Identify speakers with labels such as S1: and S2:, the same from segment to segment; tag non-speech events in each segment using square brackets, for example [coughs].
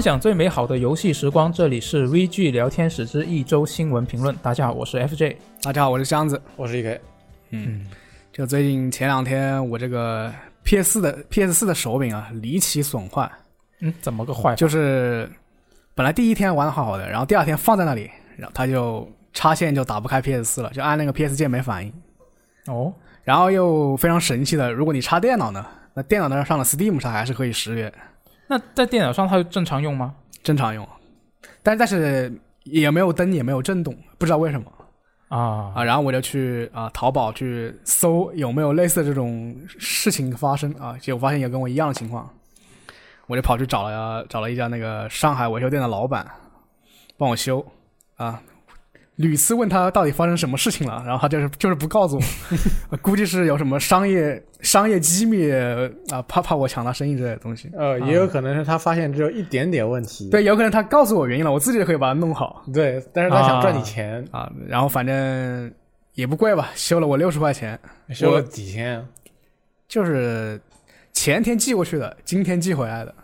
S1: 享最美好的游戏时光，这里是 VG 聊天室之一周新闻评论。大家好，我是 FJ。
S2: 大家好，我是箱子。
S3: 我是 EK，嗯，
S2: 就最近前两天，我这个 PS 4的 PS 4的手柄啊，离奇损坏，
S1: 嗯，怎么个坏法？
S2: 就是本来第一天玩好好的，然后第二天放在那里，然后它就插线就打不开 PS 4了，就按那个 PS 键没反应。
S1: 哦，
S2: 然后又非常神奇的，如果你插电脑呢，那电脑那上了 Steam 上还是可以识别，
S1: 那在电脑上它正常用吗？
S2: 正常用，但但是也没有灯，也没有震动，不知道为什么。
S1: 啊，
S2: 啊，然后我就去啊淘宝去搜有没有类似的这种事情发生啊，结果发现有跟我一样的情况，我就跑去找了找了一家那个上海维修店的老板，帮我修啊，屡次问他到底发生什么事情了，然后他就是就是不告诉我，估计是有什么商业商业机密啊，怕怕我抢他生意之类的东西。
S3: 呃，也有可能是他发现只有一点点问题，
S2: 啊对，有可能他告诉我原因了，我自己就可以把它弄好
S3: 对，但是他想赚你钱，
S2: 啊，然后反正也不贵吧，修了我六十块钱。
S3: 收了几千，
S2: 就是前天寄过去的，今天寄回来的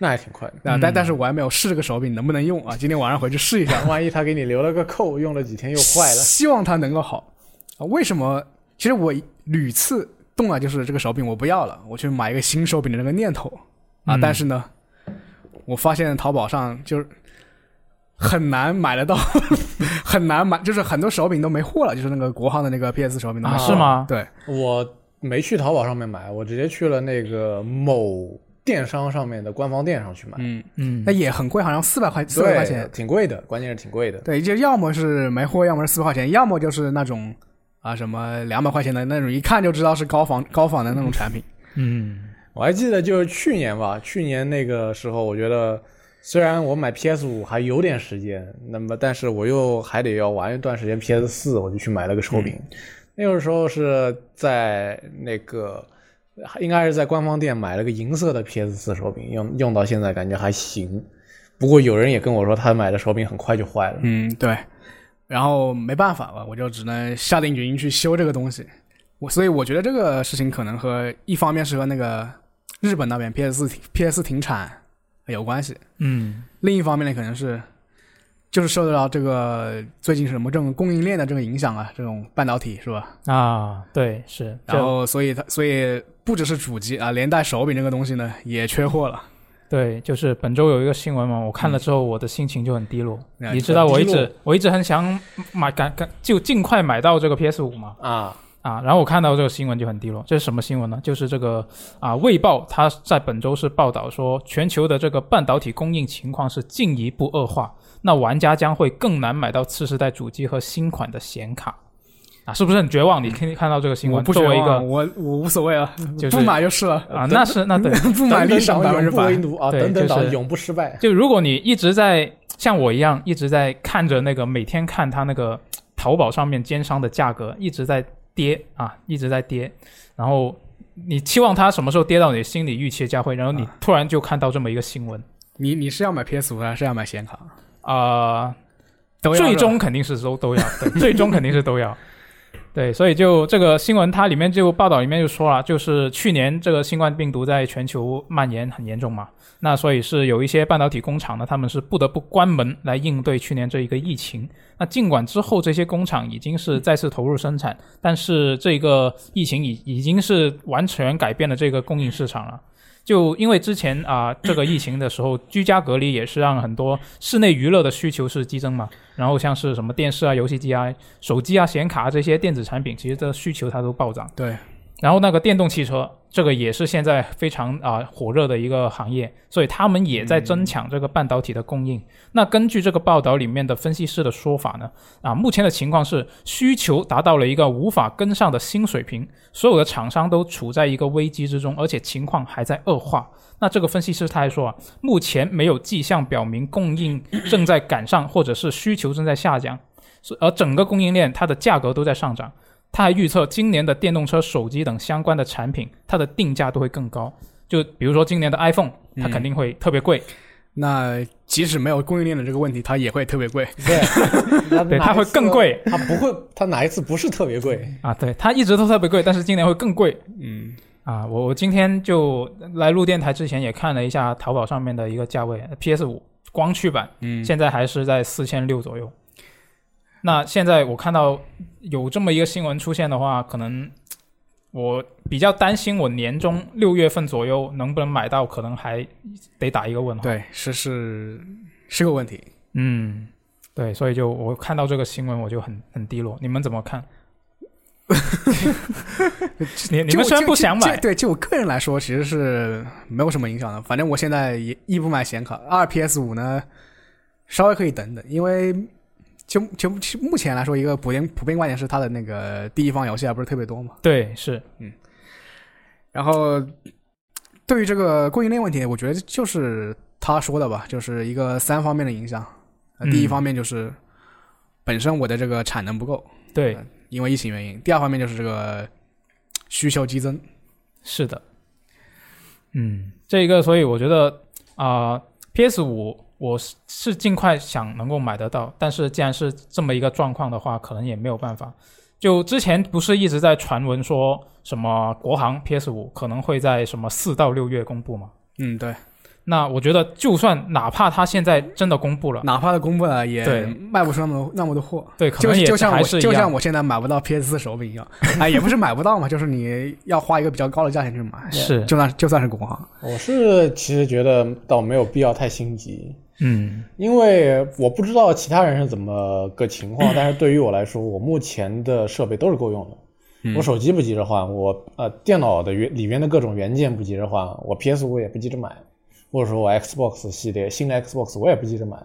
S3: 那还挺快的。 [laughs]
S2: 啊，
S1: 嗯
S2: 但但是我还没有试这个手柄能不能用啊，今天晚上回去试一下，
S3: 万一他给你留了个扣，用了几天又坏了，
S2: 希望它能够好啊。为什么？其实我屡次动了就是这个手柄我不要了，我去买一个新手柄的那个念头啊，
S1: 嗯
S2: 但是呢，我发现淘宝上就是。很难买得到， [laughs] 很难买，就是很多手柄都没货了，就是那个国行的那个 PS 手柄都没
S1: 啊，
S2: 货了、
S1: 是吗？
S2: 对，
S3: 我没去淘宝上面买，我直接去了那个某电商上面的官方店上去买，
S2: 嗯，
S1: 嗯
S2: 那，也很贵，好像四百块，四百
S3: 对，
S2: 块钱，
S3: 挺贵的，关键是挺贵的。
S2: 对，就要么是没货，要么是四块钱，要么就是那种啊什么两百块钱的那种，一看就知道是高仿高仿的那种产品。
S1: 嗯，
S3: 我还记得就是去年吧，去年那个时候，我觉得虽然我买 PS 五还有点时间，那么但是我又还得要玩一段时间 PS 四，我就去买了个手柄。
S1: 嗯
S3: 那个时候是在那个应该是在官方店买了个银色的 PS 四手柄，用用到现在感觉还行。不过有人也跟我说，他买的手柄很快就坏了。
S2: 嗯，对。然后没办法吧，我就只能下定决心去修这个东西。我所以我觉得这个事情可能和一方面是和那个日本那边 PS 四 PS 四停产有关系，
S1: 嗯，
S2: 另一方面呢可能是就是受到这个最近什么这种供应链的这个影响啊，这种半导体是吧？
S1: 啊，对，是，
S2: 然
S1: 就
S2: 后所以它所以不只是主机啊，连带手柄这个东西呢也缺货了。
S1: 对，就是本周有一个新闻嘛，我看了之后，我的心情就嗯很低落。
S2: 嗯
S1: 你知道我一
S3: 低
S1: 直
S3: 落
S1: 我一直很想买，赶赶就尽快买到这个 PS 五嘛，
S3: 啊，
S1: 啊，然后我看到这个新闻就很低落，这是什么新闻呢？就是这个啊，《卫报》它在本周是报道说，全球的这个半导体供应情况是进一步恶化，那玩家将会更难买到次世代主机和新款的显卡，啊，是不是很绝望？你看看到这个新
S2: 我
S1: 闻，
S2: 不
S1: 作
S2: 绝
S1: 为一
S2: 望，
S1: 个
S2: 我我无所谓啊，
S1: 就是
S2: 不买就是了，
S1: 啊，那是那对，
S2: 不买
S3: 等
S2: 立
S3: 等
S2: 赏
S3: 党
S2: 百分之
S3: 永不为
S2: 百。
S3: 奴啊，
S1: 对
S3: 等等
S1: 就
S3: 党
S1: 是
S3: 永不失
S1: [laughs]
S3: 败。
S1: 就如果你一直在像我一样一直在看着那个每天看它那个淘宝上面奸商的价格一直在跌啊，一直在跌，然后你期望它什么时候跌到你心里预期的价位，然后你突然就看到这么一个新闻
S2: 你你是要买 PS 五还是要买显卡？
S1: 啊、
S2: 都要
S1: 最
S2: 是吧
S1: 终肯定是都都要，
S2: [laughs]
S1: 对，最终肯定是都要。对，所以就这个新闻，它里面就报道里面就说了，就是去年这个新冠病毒在全球蔓延很严重嘛，那所以是有一些半导体工厂呢，他们是不得不关门来应对去年这一个疫情。那尽管之后这些工厂已经是再次投入生产，但是这个疫情已已经是完全改变了这个供应市场了。就因为之前啊、这个疫情的时候，居家隔离也是让很多室内娱乐的需求是激增嘛。然后像是什么电视啊、游戏机啊、手机啊、显卡、啊、这些电子产品，其实这需求它都暴涨。
S2: 对，
S1: 然后那个电动汽车，这个也是现在非常啊、火热的一个行业，所以他们也在争抢这个半导体的供应。那根据这个报道里面的分析师的说法呢，啊，目前的情况是需求达到了一个无法跟上的新水平，所有的厂商都处在一个危机之中，而且情况还在恶化。那这个分析师他还说啊，目前没有迹象表明供应正在赶上，或者是需求正在下降，所而整个供应链它的价格都在上涨。他还预测今年的电动车、手机等相关的产品，它的定价都会更高。就比如说今年的 iPhone，它肯定会特别贵，
S2: 那即使没有供应链的这个问题，它也会特别贵。
S3: 对，他
S1: 对，
S3: 哪
S1: 它
S3: 一
S1: 会
S3: 次
S1: 更贵 [laughs]
S3: 他不会，他哪一次不是特别贵？
S1: 啊，对，它一直都特别贵，但是今年会更贵
S2: 嗯，
S1: 啊，我我今天就来录电台之前也看了一下淘宝上面的一个价位，PS 五光驱版，
S2: 嗯
S1: 现在还是在四千六左右。那现在我看到有这么一个新闻出现的话，可能我比较担心，我年中六月份左右能不能买到，可能还得打一个问号。，
S2: 对，是是是个问题。
S1: 嗯，对，所以就我看到这个新闻我就很很低落。你们怎么看？ [laughs] 你你
S2: 就
S1: 们虽然
S2: 就
S1: 不想
S2: 就就
S1: 买，
S2: 对，就我个人来说，其实是没有什么影响的。反正我现在也一不买显卡，二 PS 五呢，稍微可以等等，因为就就就目前来说，一个普遍普遍观点是它的那个第一方游戏还不是特别多嘛。
S1: 对，是，
S2: 然后对于这个供应链问题，我觉得就是他说的吧，就是一个三方面的影响。呃
S1: 嗯
S2: 第一方面就是本身我的这个产能不够，
S1: 对，
S2: 因为疫情原因；第二方面就是这个需求激增。
S1: 是的，嗯，这一个，所以我觉得啊、p s 五我是是尽快想能够买得到，但是既然是这么一个状况的话，可能也没有办法。就之前不是一直在传闻说什么国行 PS 五可能会在什么四到六月公布嘛？
S2: 嗯，对，
S1: 那我觉得，就算哪怕它现在真的公布了，
S2: 哪怕它公布了，也
S1: 对
S2: 卖不出那么多那么多货。
S1: 对，可
S2: 就
S1: 能也
S2: 就像
S1: 还
S2: 我
S1: 是一
S2: 就像
S1: 样。
S2: 我现在买不到 PS 四手柄一样， [laughs] 哎，也不是买不到嘛，就是你要花一个比较高的价钱去买，
S1: 是
S2: 就算就算是国行，
S3: 我是其实觉得倒没有必要太心急，
S1: 嗯
S3: 因为我不知道其他人是怎么个情况，但是对于我来说，我目前的设备都是够用的。我手机不急着换，我呃电脑的原里面的各种元件不急着换，我 PS 五也不急着买，或者说我 Xbox 系列新的 Xbox 我也不急着买，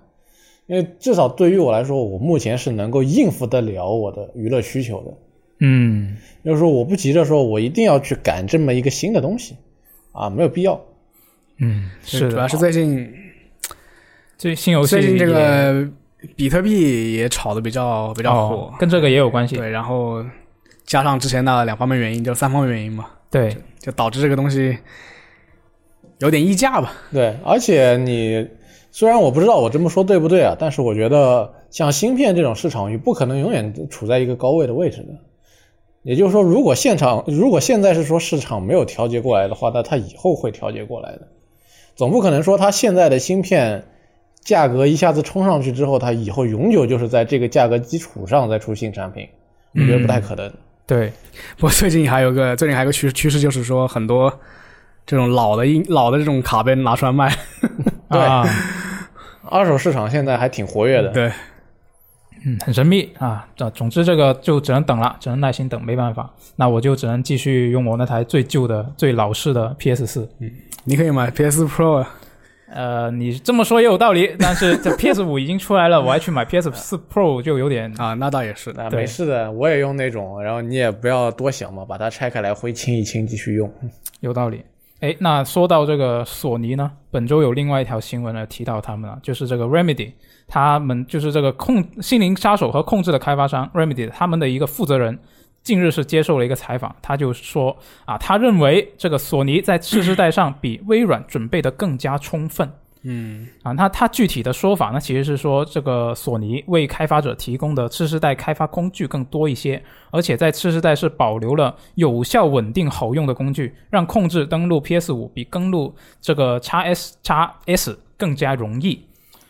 S3: 因为至少对于我来说，我目前是能够应付得了我的娱乐需求的。
S1: 嗯，
S3: 就是说我不急着说我一定要去赶这么一个新的东西，啊，没有必要。
S1: 嗯，是
S2: 主要
S1: 的，
S2: 是最近
S1: 最新游戏
S2: 最近这
S1: 也
S2: 个比特币也炒的比较比较火，
S1: 哦，跟这个也有关系。
S2: 对，然后加上之前的两方面原因，就三方面原因嘛，
S1: 对，
S2: 就导致这个东西有点溢价吧。 [laughs]
S3: 对，而且你虽然我不知道我这么说对不对啊，但是我觉得像芯片这种市场，你不可能永远处在一个高位的位置的。也就是说，如果现场如果现在是说市场没有调节过来的话，那它以后会调节过来的。总不可能说它现在的芯片价格一下子冲上去之后，它以后永久就是在这个价格基础上再出新产品，我觉得不太可能。
S1: 对，
S2: 我最近还有个最近还有个趋趋势就是说很多。这种老的硬老的这种卡被拿出来卖，
S3: 对
S2: [laughs]
S1: 啊，
S3: 二手市场现在还挺活跃的，
S2: 对，
S1: 嗯，很神秘啊。这总之这个就只能等了，只能耐心等，没办法。那我就只能继续用我那台最旧的、最老式的 PS
S2: [laughs]
S1: 四。
S2: 你可以买 PS Pro 啊，
S1: 呃，你这么说也有道理，但是这 PS 五已经出来了，我还去买 PS 四 Pro 就有点
S2: 啊那倒也是，
S3: 啊，
S1: 对
S3: 没事的，我也用那种，然后你也不要多想嘛，把它拆开来灰清一清，继续用。 [laughs]
S1: 有道理。哎，那说到这个索尼呢，本周有另外一条新闻呢提到他们了，就是这个 Remedy，他们就是这个控《心灵杀手》和《控制》的开发商 Remedy，他们的一个负责人近日是接受了一个采访，他就说啊，他认为这个索尼在次世代上比微软准备的更加充分。
S2: 嗯
S1: 啊，那它具体的说法呢，其实是说这个索尼为开发者提供的次世代开发工具更多一些，而且在次世代是保留了有效、稳定、好用的工具，让控制登录 PS 5比登录这个 x S x S 更加容易。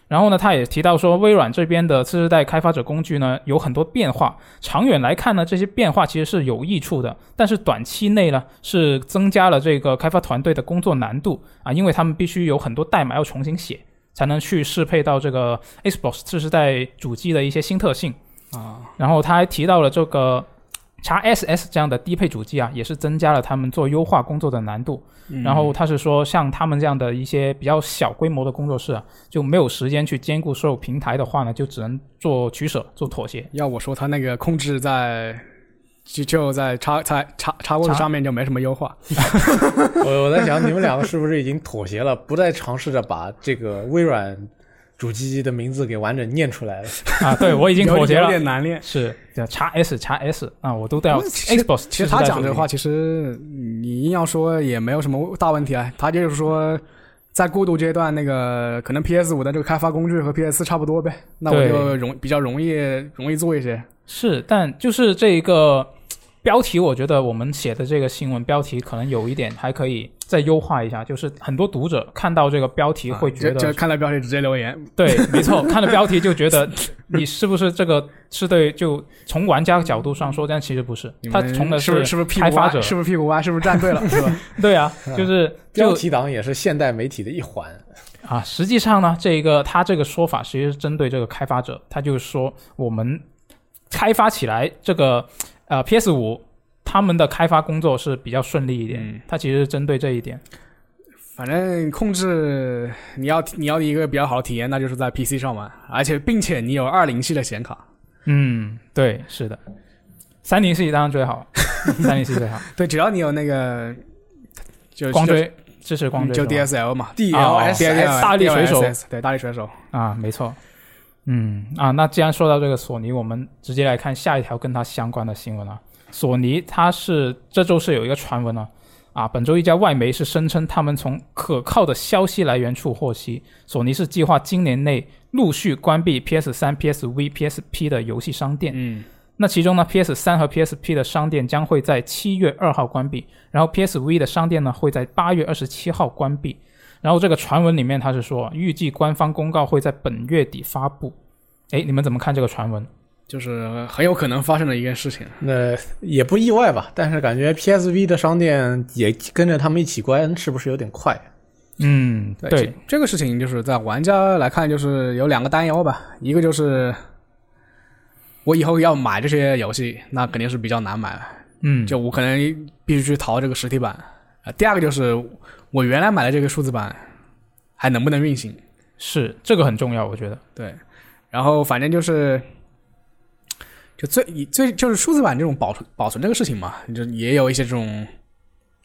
S1: 然后呢，他也提到说，微软这边的次世代开发者工具呢有很多变化，长远来看呢，这些变化其实是有益处的，但是短期内呢是增加了这个开发团队的工作难度啊，因为他们必须有很多代码要重新写，才能去适配到这个 Xbox 次世代主机的一些新特性。
S2: 啊，
S1: 然后他还提到了这个 x SS 这样的低配主机啊，也是增加了他们做优化工作的难度。
S2: 嗯
S1: 然后他是说，像他们这样的一些比较小规模的工作室啊，就没有时间去兼顾所有平台的话呢，就只能做取舍、做妥
S2: [laughs]
S1: 协。
S2: 要我说，它那个控制在就就在插插插插过去
S1: 插
S2: 上面就没什么优化。
S3: 我我在想，你们两个是不是已经妥协了，不再尝试着把这个微软主机的名字给完整念出来了？
S1: 啊，对我已
S2: 已
S1: 经妥协
S2: 有
S1: 了。
S2: 点难练。
S1: 是叫 x S x S 啊，我都要
S2: 不是其实
S1: Xbox
S2: 其
S1: 次
S2: 实
S1: 世
S2: 他
S1: 代
S2: 讲
S1: 主
S2: 这
S1: 机
S2: 话，其实你硬要说也没有什么大问题啊。他就是说，在过渡阶段，那个可能 PS 五的这个开发工具和 PS 四差不多呗，那我
S1: 对
S2: 就容比较容易容易做一些。
S1: 是，但就是这一个标题我觉得我们写的这个新闻标题可能有一点还可以再优化一下，就是很多读者看到这个标题会觉
S2: 就就
S1: 得，
S2: 看到标题直接留言，
S1: 对，没错，看了标题就觉得你是不是这个是对，就从玩家角度上说，但其实不是
S2: 你，
S1: 他
S2: 们
S1: 从的
S2: 是不是是不是屁
S1: 开
S2: 股
S1: 发
S2: 歪？
S1: 者，
S2: 是不是屁股歪？是不是站队了？是吧？
S1: 对啊，就是
S3: 标
S1: 就
S3: 题党也是现代媒体的一环。
S1: 啊，实际上呢，这个他这个说法其实是针对这个开发者，他就是说我们开发起来这个呃 PS 五他们的开发工作是比较顺利一点，
S2: 嗯
S1: 他其实是针对这一点。
S2: 反正控制你要你要一个比较好的体验，那就是在 PC 上玩，而且并且你有二零系的显卡。
S1: 嗯，对，是的，三零系当然最好，三零系
S2: [laughs]
S1: 最好，
S2: 对，只要你有那个就
S1: 光追支持光
S2: 就
S1: 追吧
S2: 就是 DSL 嘛啊
S3: DLSS
S1: 大力水手
S2: ，DLSS 对大力水手，
S1: 啊，没错。嗯啊，那既然说到这个索尼，我们直接来看下一条跟它相关的新闻啊。索尼它是这周是有一个传闻啊，啊，本周一家外媒是声称他们从可靠的消息来源处获悉，索尼是计划今年内陆续关闭 PS 3 PSV、PSP 的游戏商店。
S2: 嗯，
S1: 那其中呢，PS 3和 PSP 的商店将会在七月二号关闭，然后 PSV 的商店呢会在八月二十七号关闭。然后这个传闻里面他是说，预计官方公告会在本月底发布。哎，你们怎么看这个传闻？
S2: 就是很有可能发生的一件事情。
S3: 那也不意外吧，但是感觉 PSV 的商店也跟着他们一起关，是不是有点快？
S1: 嗯，
S2: 这
S1: 对，
S2: 这个事情，就是在玩家来看，就是有两个担忧吧，一个就是我以后要买这些游戏，那肯定是比较难买了。
S1: 嗯，
S2: 就我可能必须去淘这个实体版。啊，第二个就是我原来买的这个数字版还能不能运行？
S1: 是这个很重要，我觉得。
S2: 对，然后反正就是，就最以最就是数字版这种保存保存这个事情嘛，就也有一些这种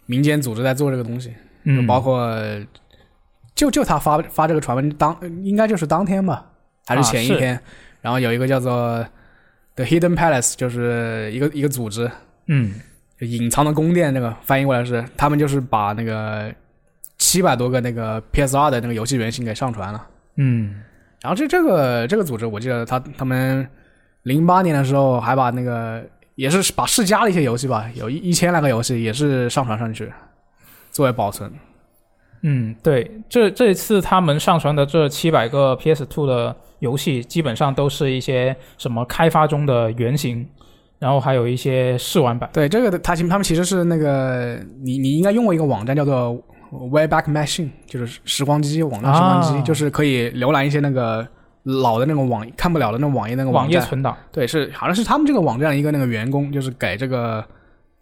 S2: 民间组织在做这个东西，就
S1: 嗯，
S2: 包括就就他发发这个传闻当应该就是当天吧，还是
S1: 啊
S2: 前一
S1: 是
S2: 天，然后有一个叫做 The Hidden Palace，就是一个一个组织，
S1: 嗯
S2: 就隐藏的宫殿，那个翻译过来是他们就是把那个七百多个那个 PSR 的那个游戏原型给上传了。
S1: 嗯
S2: 然后这这个这个组织，我记得他他们零八年的时候还把那个也是把世嘉的一些游戏吧，有一一千来个游戏也是上传上去作为保存。
S1: 嗯，对，这这次他们上传的这七百个 PS Two 的游戏，基本上都是一些什么开发中的原型，然后还有一些试玩版。
S2: 对，这个的他其他们其实是那个你你应该用过一个网站叫做 Wayback Machine，就是时光机网站时光机，
S1: 啊
S2: 就是可以浏览一些那个老的那种网看不了的那种网页那个
S1: 网
S2: 站
S1: 页存档，
S2: 对，是好像是他们这个网站的一个那个员工，就是给这个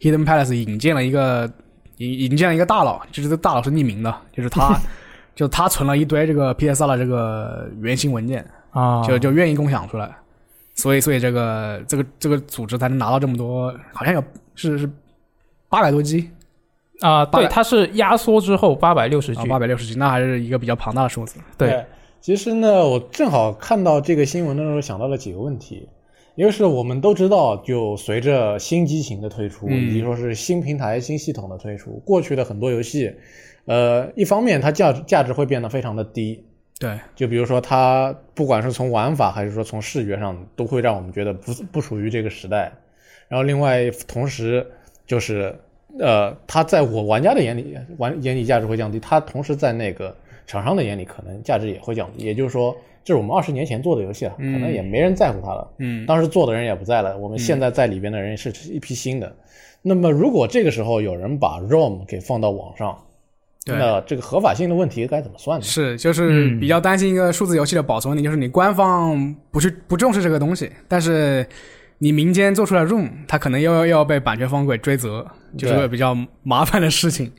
S2: Hidden Palace 引荐了一个引引荐了一个大佬，就是这大佬是匿名的，就是他，就他存了一堆这个 PSR 的这个原型文件，
S1: 啊，
S2: 就就愿意共享出来，所以所以这个这个这个组织才能拿到这么多，好像有是是八百多 G
S1: 啊、对，
S2: 800
S1: 它是压缩之后八百六十 G，
S2: 啊，八百六十 G，那还是一个比较庞大的数字。
S1: 对，
S3: 其实呢，我正好看到这个新闻的时候，想到了几个问题。一个是我们都知道，就随着新机型的推出，
S2: 嗯
S3: 以及说是新平台、新系统的推出，过去的很多游戏，呃，一方面它价值价值会变得非常的低，
S2: 对，
S3: 就比如说它不管是从玩法还是说从视觉上，都会让我们觉得不不属于这个时代。然后另外同时就是呃，它在我玩家的眼里玩眼里价值会降低，它同时在那个厂商的眼里可能价值也会降低。也就是说，这是我们二十年前做的游戏了，啊可能也没人在乎它了。
S2: 嗯，
S3: 当时做的人也不在了，我们现在在里边的人是一批新的。那么，如果这个时候有人把 ROM 给放到网上，
S2: 对
S3: 那这个合法性的问题该怎么算呢？
S2: 是，就是
S1: 嗯
S2: 比较担心一个数字游戏的保存问题，就是你官方不去不重视这个东西，但是你民间做出来 ROM，它可能又又要被版权方给追责，就是
S3: 对
S2: 个比较麻烦的事情。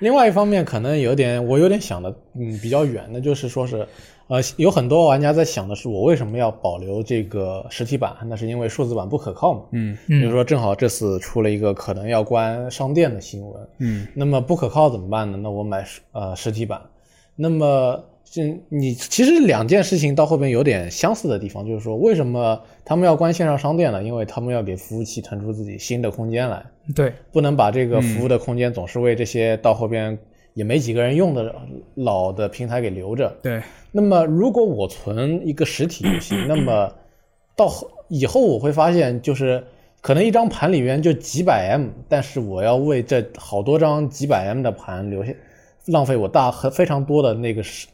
S3: 另外一方面，可能有点我有点想的，嗯，比较远的，就是说是，呃，有很多玩家在想的是，我为什么要保留这个实体版？那是因为数字版不可靠嘛。
S2: 嗯
S3: 比如说，正好这次出了一个可能要关商店的新闻，
S2: 嗯，
S3: 那么不可靠怎么办呢？那我买实呃实体版。那么这你其实两件事情到后边有点相似的地方，就是说为什么他们要关线上商店呢？因为他们要给服务器腾出自己新的空间来。
S1: 对，
S3: 不能把这个服务的空间总是为这些到后边也没几个人用的老的平台给留着。
S2: 对，
S3: 那么如果我存一个实体游戏，那么到后以后我会发现，就是可能一张盘里面就几百 M，但是我要为这好多张几百 M 的盘留下浪费我大很非常多的那个是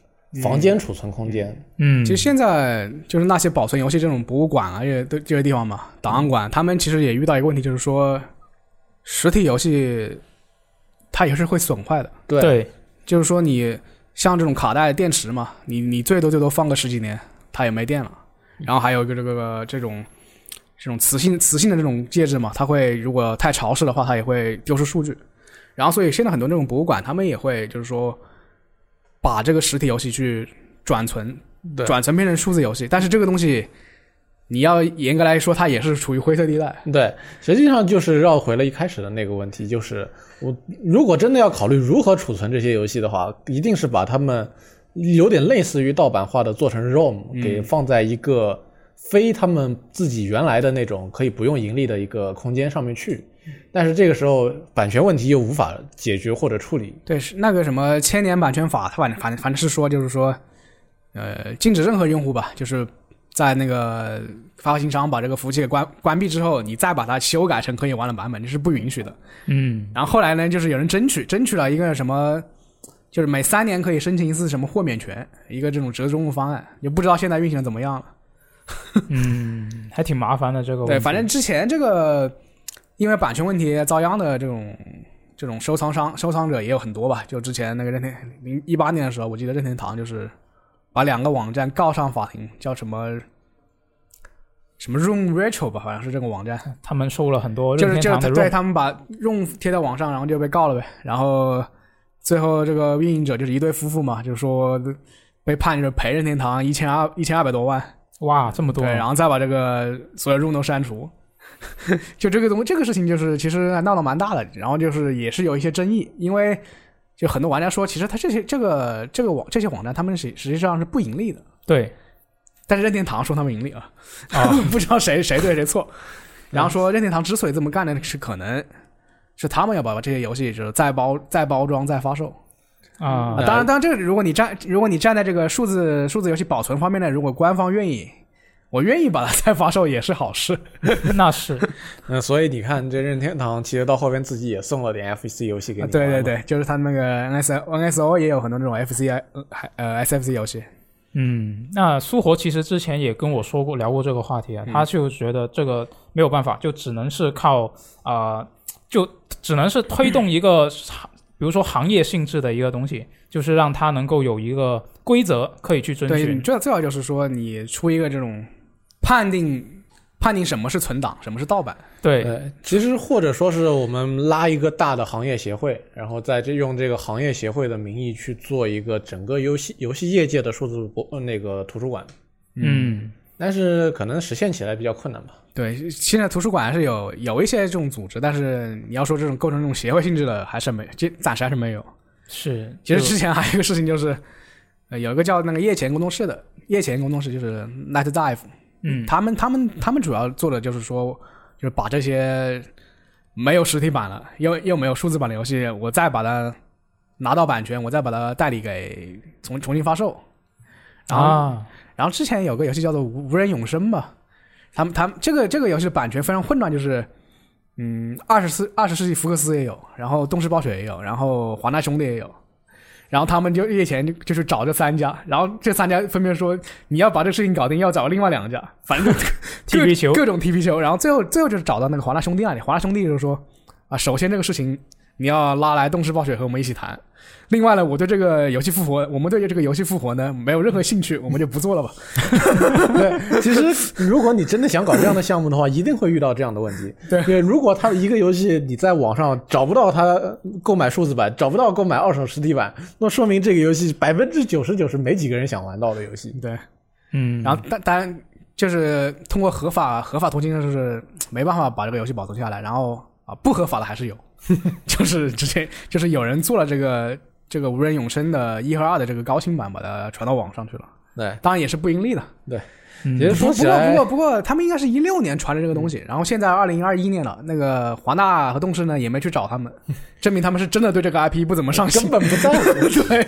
S3: 房间储存空间。
S1: 嗯，
S2: 其实现在就是那些保存游戏这种博物馆啊，这些都这些地方嘛，档案馆，他们其实也遇到一个问题，就是说实体游戏它也是会损坏的。
S3: 对
S1: 对，
S2: 就是说你像这种卡带、电池嘛，你你最多最多放个十几年，它也没电了。然后还有一个这个这种这种磁性磁性的这种介质嘛，它会如果太潮湿的话，它也会丢失数据。然后所以现在很多那种博物馆，他们也会就是说把这个实体游戏去转存，
S3: 对
S2: 转存变成数字游戏。但是这个东西你要严格来说，它也是处于灰色地带。
S3: 对，实际上就是绕回了一开始的那个问题，就是我如果真的要考虑如何储存这些游戏的话，一定是把它们有点类似于盗版化的做成 ROM，给放在一个非他们自己原来的那种可以不用盈利的一个空间上面去。但是这个时候版权问题又无法解决或者处理，
S2: 对，是那个什么千年版权法，它反正反正反正是说，就是说，呃，禁止任何用户吧，就是在那个发行商把这个服务器给关关闭之后，你再把它修改成可以玩的版本，这是不允许的。
S1: 嗯
S2: 然后后来呢，就是有人争取，争取了一个什么，就是每三年可以申请一次什么豁免权，一个这种折中的方案，也不知道现在运行的怎么样了。
S1: 嗯，还挺麻烦的这个问题。
S2: 对，反正之前这个因为版权问题遭殃的这种这种收藏商、收藏者也有很多吧。就之前那个任天零一八年的时候，我记得任天堂就是把两个网站告上法庭，叫什么什么 Room Retro 吧，好像是这个网站，
S1: 他们收了很多
S2: 就
S1: 任天
S2: 是就是
S1: 堂
S2: 他
S1: 的
S2: 对
S1: ROM，
S2: 他们把 Room 贴在网上，然后就被告了呗。然后最后这个运营者就是一对夫妇嘛，就是说被判就是赔任天堂一千二一千二百多万。
S1: 哇，这么多
S2: 对，，然后再把这个所有 room 都删除。 [laughs] 就这个东这个事情，就是其实还闹得蛮大的，然后就是也是有一些争议，因为就很多玩家说，其实他这些这个这个网这些网站，他们实实际上是不盈利的，
S1: 对
S2: 但是任天堂说他们盈利啊， [laughs]
S1: 啊，
S2: 不知道谁谁对谁错。然后说任天堂之所以这么干呢，是可能是他们要把这些游戏就是再包 [laughs] 再包装再发售，
S1: 啊
S2: 啊，，当然，当然，这个如果你站，如果你站在这个数字数字游戏保存方面呢，如果官方愿意，我愿意把它 [laughs] 再发售也是好事。
S1: 那是
S3: 嗯，所以你看，这任天堂其实到后边自己也送了点 FEC 游戏给你、
S2: 啊对对，对，就是他那个 NS NSO 也有很多那种 FC 呃还呃 SFC 游戏。
S1: 嗯，那苏活其实之前也跟我说过聊过这个话题啊，
S2: 嗯
S1: 他就觉得这个没有办法，就只能是靠啊、呃就只能是推动一个行，比如说行业性质的一个东西，就是让它能够有一个规则可以去遵
S2: 对，你
S1: 循。
S2: 最最好就是说你出一个这种判定判定什么是存档，什么是盗版。
S1: 对
S3: 呃，其实或者说是我们拉一个大的行业协会，然后在这用这个行业协会的名义去做一个整个游戏游戏业界的数字博呃那个图书馆，
S1: 嗯
S3: 但是可能实现起来比较困难吧。
S2: 对，现在图书馆还是有有一些这种组织，但是你要说这种构成这种协会性质的，还是没，这暂时还是没有。
S1: 是，
S2: 其实
S1: 就
S2: 之前还有一个事情就是，呃，有一个叫那个夜前工作室的，夜前工作室就是 Night Dive，
S1: 嗯
S2: 他们他们他们主要做的就是说，就是把这些没有实体版了，又又没有数字版的游戏，我再把它拿到版权，我再把它代理给重重新发售。然后、
S1: 啊，
S2: 然后之前有个游戏叫做《无无人永生》吧，他们他们这个这个游戏的版权非常混乱，就是嗯，二十四二十世纪福克斯也有，然后动视暴雪也有，然后华纳兄弟也有。然后他们就夜前就就是找这三家，然后这三家分别说你要把这事情搞定，要找另外两家，反正
S1: [laughs] 踢皮球
S2: 各各种踢皮球，然后最后最后就是找到那个华纳兄弟那里，华纳兄弟就说啊，首先这个事情你要拉来动视暴雪和我们一起谈，另外呢，我对这个游戏复活，我们对这个游戏复活呢没有任何兴趣，我们就不做了吧。 [laughs]
S3: 对，其实如果你真的想搞这样的项目的话，一定会遇到这样的问题。对，因为如果它一个游戏你在网上找不到它呃购买数字版，找不到购买二手实体版，那说明这个游戏百分之九十九是没几个人想玩到的游戏。
S2: 对，
S1: 嗯，
S2: 然后但当然就是通过合法合法途径，就是没办法把这个游戏保存下来。然后啊，不合法的还是有， [laughs] 就是之前就是有人做了这个这个无人永生的一和二的这个高清版，把它传到网上去了。
S3: 对，
S2: 当然也是不盈利的。
S1: 嗯
S3: 其实
S2: 不
S3: 说
S2: 不
S3: 起
S2: 过
S3: 来，嗯
S2: 不过不过，他们应该是一六年传的这个东西，然后现在二零二一年了，那个华纳和动视呢也没去找他们， [laughs] 证明他们是真的对这个 IP 不怎么上心
S3: [laughs] 根。
S1: [laughs]
S3: 本不在乎。对，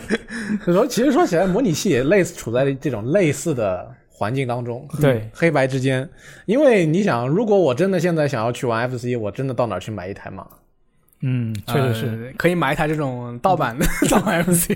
S3: 说其实说起来，模拟器也类似处在这种类似的环境当中，嗯
S1: 对
S3: 黑白之间。因为你想，如果我真的现在想要去玩 FC，我真的到哪儿去买一台嘛？
S1: 嗯，确实是。
S2: 呃可以买一台这种盗版的 [laughs] 盗版 FC。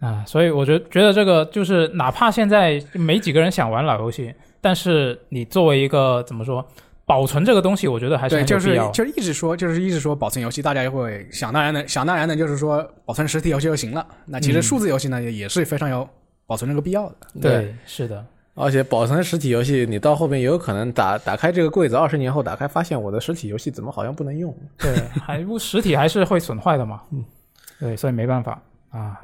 S1: 啊，所以我觉觉得这个就是，哪怕现在没几个人想玩老游戏，但是你作为一个怎么说，保存这个东西，我觉得还是
S2: 对，
S1: 很
S2: 就
S1: 有必
S2: 是
S1: 要。
S2: 就是一直说，就是一直说保存游戏，大家就会想当然的想当然的，就是说保存实体游戏就行了。那其实
S1: 嗯
S2: 数字游戏呢，也也是非常有保存这个必要的。
S1: 对，是的，
S3: 而且保存实体游戏，你到后面也有可能打打开这个柜子，二十年后打开，发现我的实体游戏怎么好像不能用？
S1: 对，还不实体还是会损坏的嘛。嗯，对，所以没办法啊。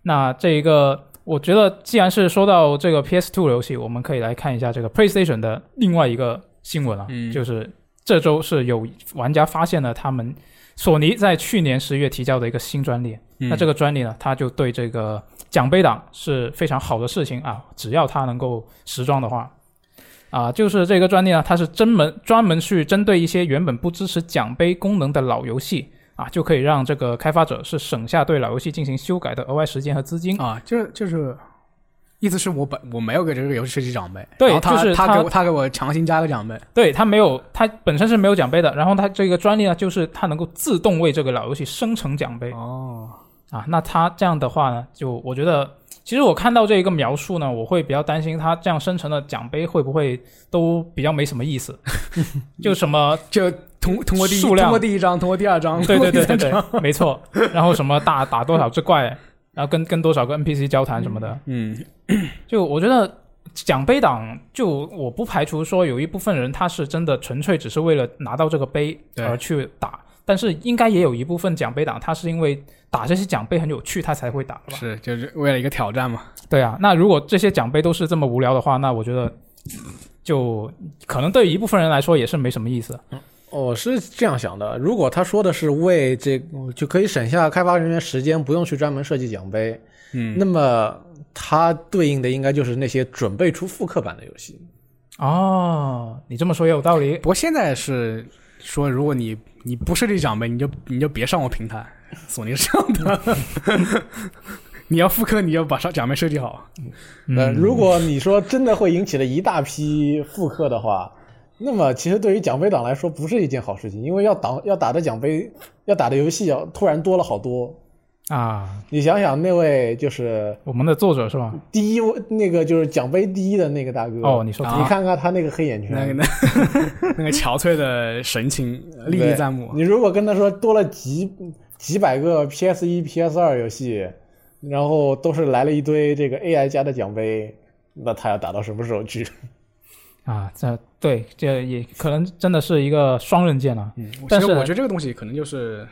S1: 那这一个，我觉得既然是说到这个 PS2 游戏，我们可以来看一下这个 PlayStation 的另外一个新闻啊，
S2: 嗯
S1: 就是这周是有玩家发现了他们索尼在去年十月提交的一个新专利。那这
S2: 个
S1: 个专利呢，它就对这个奖杯党是非常好的事情啊，只要它能够时装的话，啊，就是这个专利呢，它是专门专门去针对一些原本不支持奖杯功能的老游戏啊，就可以让这个开发者是省下对老游戏进行修改的额外时间和资金。
S2: 啊，就是就是。意思是我本我没有给这个游戏设计奖杯，
S1: 对
S2: 然后他
S1: 就是
S2: 他
S1: 他
S2: 给我他给我强行加个奖杯，
S1: 对，它没有，它本身是没有奖杯的，然后它这个专利呢，就是它能够自动为这个老游戏生成奖杯。
S2: 哦，
S1: 啊，那它这样的话呢，就我觉得，其实我看到这一个描述呢，我会比较担心它这样生成的奖杯会不会都比较没什么意思，就什么
S2: 就通通过第一
S1: 数量
S2: 通过第一章，通过第二章，
S1: 对对对
S2: 通过
S1: 对
S2: 第三章，
S1: 对，没错，然后什么打打多少只怪，然后跟跟多少个 NPC 交谈什么的，
S2: 嗯，
S1: 就我觉得奖杯党，就我不排除说有一部分人他是真的纯粹只是为了拿到这个杯
S2: 对
S1: 而去打，但是应该也有一部分奖杯党他是因为打这些奖杯很有趣，他才会打吧？
S2: 是就是为了一个挑战嘛，
S1: 对啊，那如果这些奖杯都是这么无聊的话，那我觉得就可能对于一部分人来说也是没什么意思。
S3: 我哦是这样想的，如果他说的是为这就可以省下开发人员时间，不用去专门设计奖杯，
S2: 嗯，
S3: 那么它对应的应该就是那些准备出复刻版的游戏。
S1: 哦，你这么说也有道理。
S2: 不过现在是说，如果你你不设计奖杯，你就你就别上我平台，索尼是这样的。 [laughs] 你要复刻，你就把上奖杯设计好。
S3: 那如果你说真的会引起了一大批复刻的话，那么其实对于奖杯党来说不是一件好事情，因为要打要打的奖杯，要打的游戏要突然多了好多。
S1: 啊，
S3: 你想想那位就是
S1: 我们的作者是吧？
S3: 第一位那个就是奖杯第一的那个大哥
S1: 哦，你说
S2: 啊
S3: 你看看他那个黑眼圈，
S2: 那个那那个憔悴的神情，历历
S3: 对
S2: 在目。
S3: 你如果跟他说多了几几百个 PS 一、PS 二游戏，然后都是来了一堆这个 AI 加的奖杯，那他要打到什么时候去？
S1: 啊，这对这也可能真的是一个双刃剑啊。
S2: 嗯，
S1: 但是
S2: 其实我觉得这个东西可能就是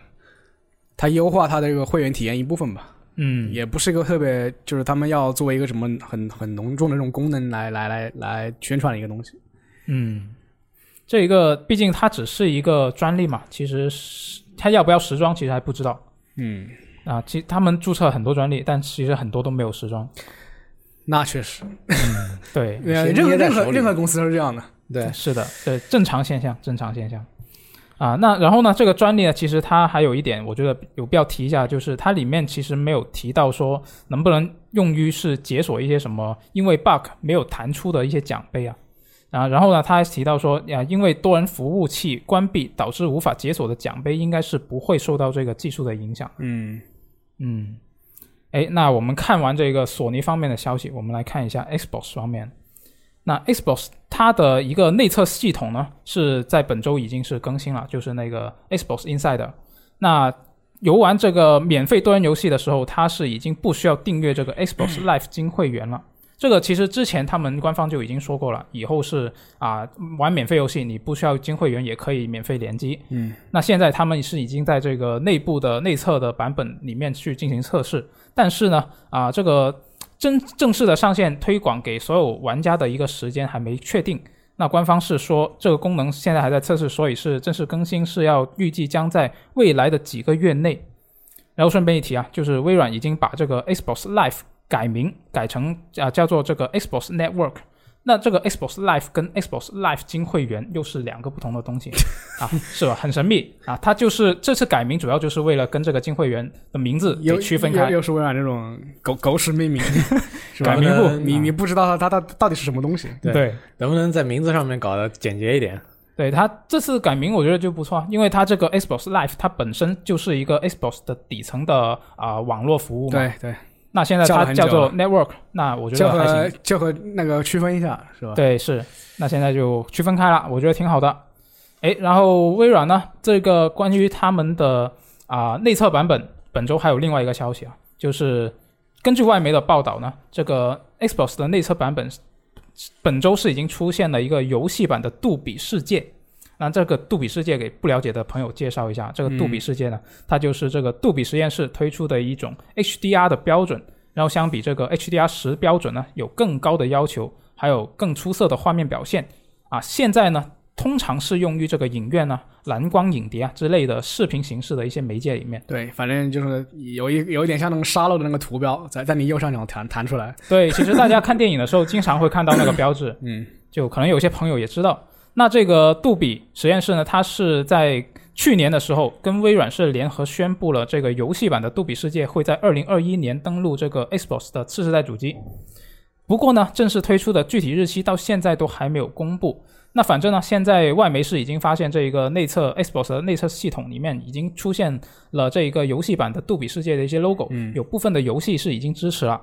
S2: 它优化它的这个会员体验一部分吧，
S1: 嗯，
S2: 也不是一个特别，就是他们要作为一个什么很很浓重的这种功能来来来来宣传的一个东西。
S1: 嗯，这一个毕竟它只是一个专利嘛，其实是它要不要时装其实还不知道
S2: 嗯，
S1: 啊。其实他们注册很多专利，但其实很多都没有时装。
S2: 那确实，
S1: 对，
S2: 呃
S3: 谁
S2: 任何
S3: 捏在
S2: 任
S3: 手
S2: 何
S3: 里
S2: 任何公司都是这样的。
S3: 对，
S1: 是的，对，正常现象，正常现象。啊，那然后呢？这个专利呢，其实它还有一点，我觉得有必要提一下，就是它里面其实没有提到说能不能用于是解锁一些什么因为 bug 没有弹出的一些奖杯啊。啊，然后呢，他还提到说，呀、因为多人服务器关闭导致无法解锁的奖杯，应该是不会受到这个技术的影响。
S2: 嗯，
S1: 嗯，哎，那我们看完这个索尼方面的消息，我们来看一下 Xbox 方面。那 Xbox 它的一个内测系统呢，是在本周已经是更新了，就是那个 Xbox Insider。那游玩这个免费多人游戏的时候，它是已经不需要订阅这个 Xbox Live 金会员了。这个其实之前他们官方就已经说过了，以后是啊、玩免费游戏你不需要金会员也可以免费联机。
S2: 嗯，
S1: 那现在他们是已经在这个内部的内测的版本里面去进行测试，但是呢，啊、这个真正式的上线推广给所有玩家的一个时间还没确定。那官方是说这个功能现在还在测试，所以是正式更新是要预计将在未来的几个月内。然后顺便一提啊，就是微软已经把这个 Xbox Live 改名改成啊、叫做这个 Xbox Network。那这个 Xbox Live 跟 Xbox Live 金会员又是两个不同的东西啊，是吧？很神秘啊，它就是这次改名主要就是为了跟这个金会员的名字给
S2: 又
S1: 区分
S2: 又
S1: 开。
S2: 又是微软这种狗狗屎 [laughs] 命名，是吧
S1: 改名
S3: 户
S2: 你你不知道它它它到底是什么东西，
S3: 对
S1: 对，
S3: [laughs] 能不能在名字上面搞得简洁一点？
S1: 对它这次改名，我觉得就不错啊，因为它这个 Xbox Live 它本身就是一个 Xbox 的底层的啊、网络服务嘛。
S2: 对对，
S1: 那现在
S2: 叫了
S1: 它
S2: 很
S1: 叫
S2: 久
S1: 做
S2: 了
S1: Network，那我觉
S2: 就
S1: 得还行
S2: 和。就和那个区分一下是吧？
S1: 对，是。那现在就区分开了，我觉得挺好的。哎，然后微软呢，这个关于他们的啊、内测版本，本周还有另外一个消息啊，就是根据外媒的报道呢，这个 Xbox 的内测版本本周是已经出现了一个游戏版的杜比世界。那这个杜比世界给不了解的朋友介绍一下，这个杜比世界呢，它就是这个杜比实验室推出的一种 HDR 的标准，然后相比这个 HDR 十标准呢，有更高的要求，还有更出色的画面表现啊。现在呢，通常是用于这个影院啊、蓝光影碟啊之类的视频形式的一些媒介里面。
S2: 对，反正就是有一有一点像那个沙漏的那个图标，在在你右上角弹弹出来。
S1: [laughs] 对，其实大家看电影的时候经常会看到那个标志，
S2: 嗯，
S1: [clears throat] 就可能有些朋友也知道。那这个杜比实验室呢，它是在去年的时候跟微软是联合宣布了这个游戏版的杜比世界会在二零二一年登陆这个 Xbox 的次世代主机。不过呢，正式推出的具体日期到现在都还没有公布。那反正呢，现在外媒是已经发现这个内测 Xbox 的内测系统里面已经出现了这一个游戏版的杜比世界的一些 logo，、有部分的游戏是已经支持了。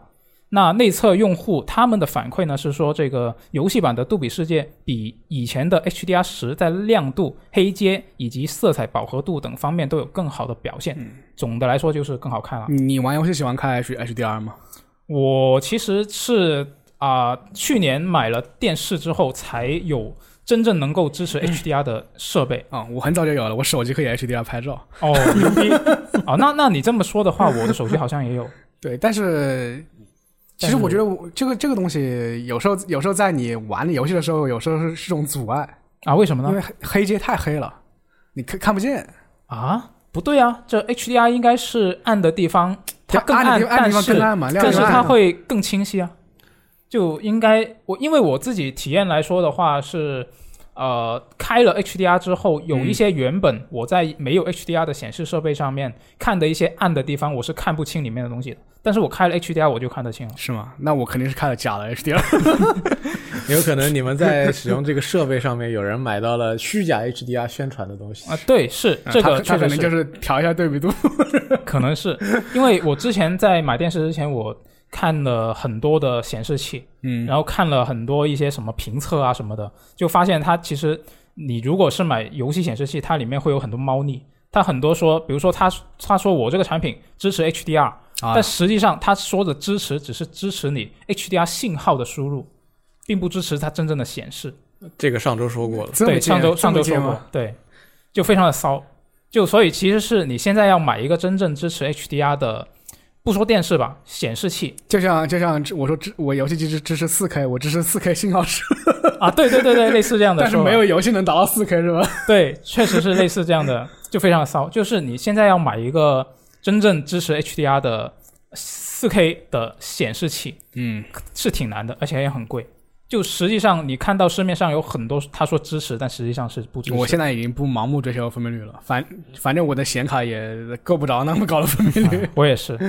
S1: 那内测用户他们的反馈呢是说，这个游戏版的杜比世界比以前的 HDR 十在亮度、黑阶以及色彩饱和度等方面都有更好的表现。总的来说就是更好看了。
S2: 你玩游戏喜欢看 H HDR 吗？
S1: 我其实是啊、去年买了电视之后才有真正能够支
S2: 嗯
S1: 持 HDR 的设备。
S2: 啊、我很早就有了，我手机可以 HDR 拍照。 [laughs]
S1: 哦，牛逼！哦，那那你这么说的话，我的手机好像也有。
S2: 对，但是其实我觉得我这个这个东西有时候有时候在你玩游戏的时候，有时候是是种阻碍，
S1: 啊？为什么呢？
S2: 因为黑黑阶太黑了，你看看不见。
S1: 啊，不对啊，这 HDR 应该是暗的地方它更
S2: 暗的地方
S1: 但
S2: 暗的地方
S1: 是
S2: 更暗嘛，亮
S1: 但
S2: 的
S1: 是
S2: 地方
S1: 它
S2: 暗嘛
S1: 会更清晰啊。就应该我因为我自己体验来说的话是，呃，开了 HDR 之后，有
S2: 嗯
S1: 一些原本我在没有 HDR 的显示设备上面看的一些暗的地方，我是看不清里面的东西的。但是我开了 HDR，我就看得清了。
S2: 是吗？那我肯定是开了假的
S1: [laughs]
S2: HDR。
S3: 有可能你们在使用这个设备上面，有人买到了虚假 HDR 宣传的东西
S1: 啊，对，是这个
S2: 嗯它
S1: 确
S2: 它
S1: 实
S2: 可
S1: 是
S2: 能就是调一下对
S1: [laughs]
S2: 比度。
S1: 可能是因为我之前在买电视之前，我看了很多的显示器，
S2: 嗯，
S1: 然后看了很多一些什么评测啊什么的，就发现它其实你如果是买游戏显示器，它里面会有很多猫腻。它很多说，比如说他他说我这个产品支持 HDR，、
S2: 啊
S1: 但实际上他说的支持只是支持你 HDR 信号的输入，并不支持它真正的显示。
S3: 这个上周说过了，
S2: 这么
S1: 对，上
S2: 贱
S1: 周上周
S2: 这
S1: 说
S2: 么贱
S1: 过
S2: 吗？，
S1: 对，就非常的骚。就所以其实是你现在要买一个真正支持 HDR 的，不说电视吧，显示器
S2: 就像就像我说支我游戏机支支持四 K，我支持四 K 信号是，
S1: 啊，对对对对，类似这样的
S2: [laughs] 但是
S1: 说法，
S2: 没有游戏能达到四 K 是吧？
S1: [laughs] 对，确实是类似这样的，就非常的骚。就是你现在要买一个真正支持 HDR 的4 K 的显示器，
S2: 嗯，
S1: 是挺难的，而且也很贵。就实际上你看到市面上有很多他说支持，但实际上是不支持。
S2: [laughs] 我现在已经不盲目追求分辨率了，反反正我的显卡也够不着那么高的分
S1: [laughs]
S2: 辨率。
S1: 啊我也是，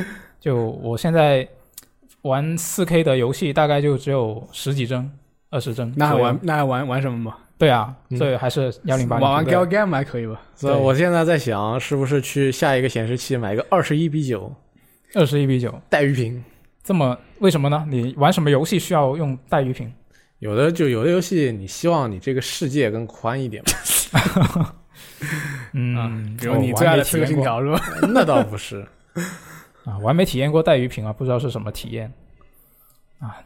S1: 就我现在玩4 K 的游戏大概就只有十几帧、二十帧
S2: 那还
S1: 左右
S2: 玩那还玩玩什么吗？
S1: 对啊，
S3: 嗯
S1: 所以还是啊幺零八
S2: 玩
S1: 零。
S2: 玩
S1: 对
S2: Gal Game 还可以吧？
S3: 所以我现在在想，是不是去下一个显示器买个二十一比九
S1: 二十一比九，
S3: 带鱼屏？
S1: 这么为什么呢？你玩什么游戏需要用带鱼屏？
S3: 有的就有的游戏，你希望你这个世界更宽一点嘛，
S1: 嗯，
S2: 啊比如你最爱的《刺客信
S1: 条。
S2: 条》是吧？
S3: [laughs] 那倒不是。
S1: 啊，我还没体验过带鱼屏啊，不知道是什么体验啊。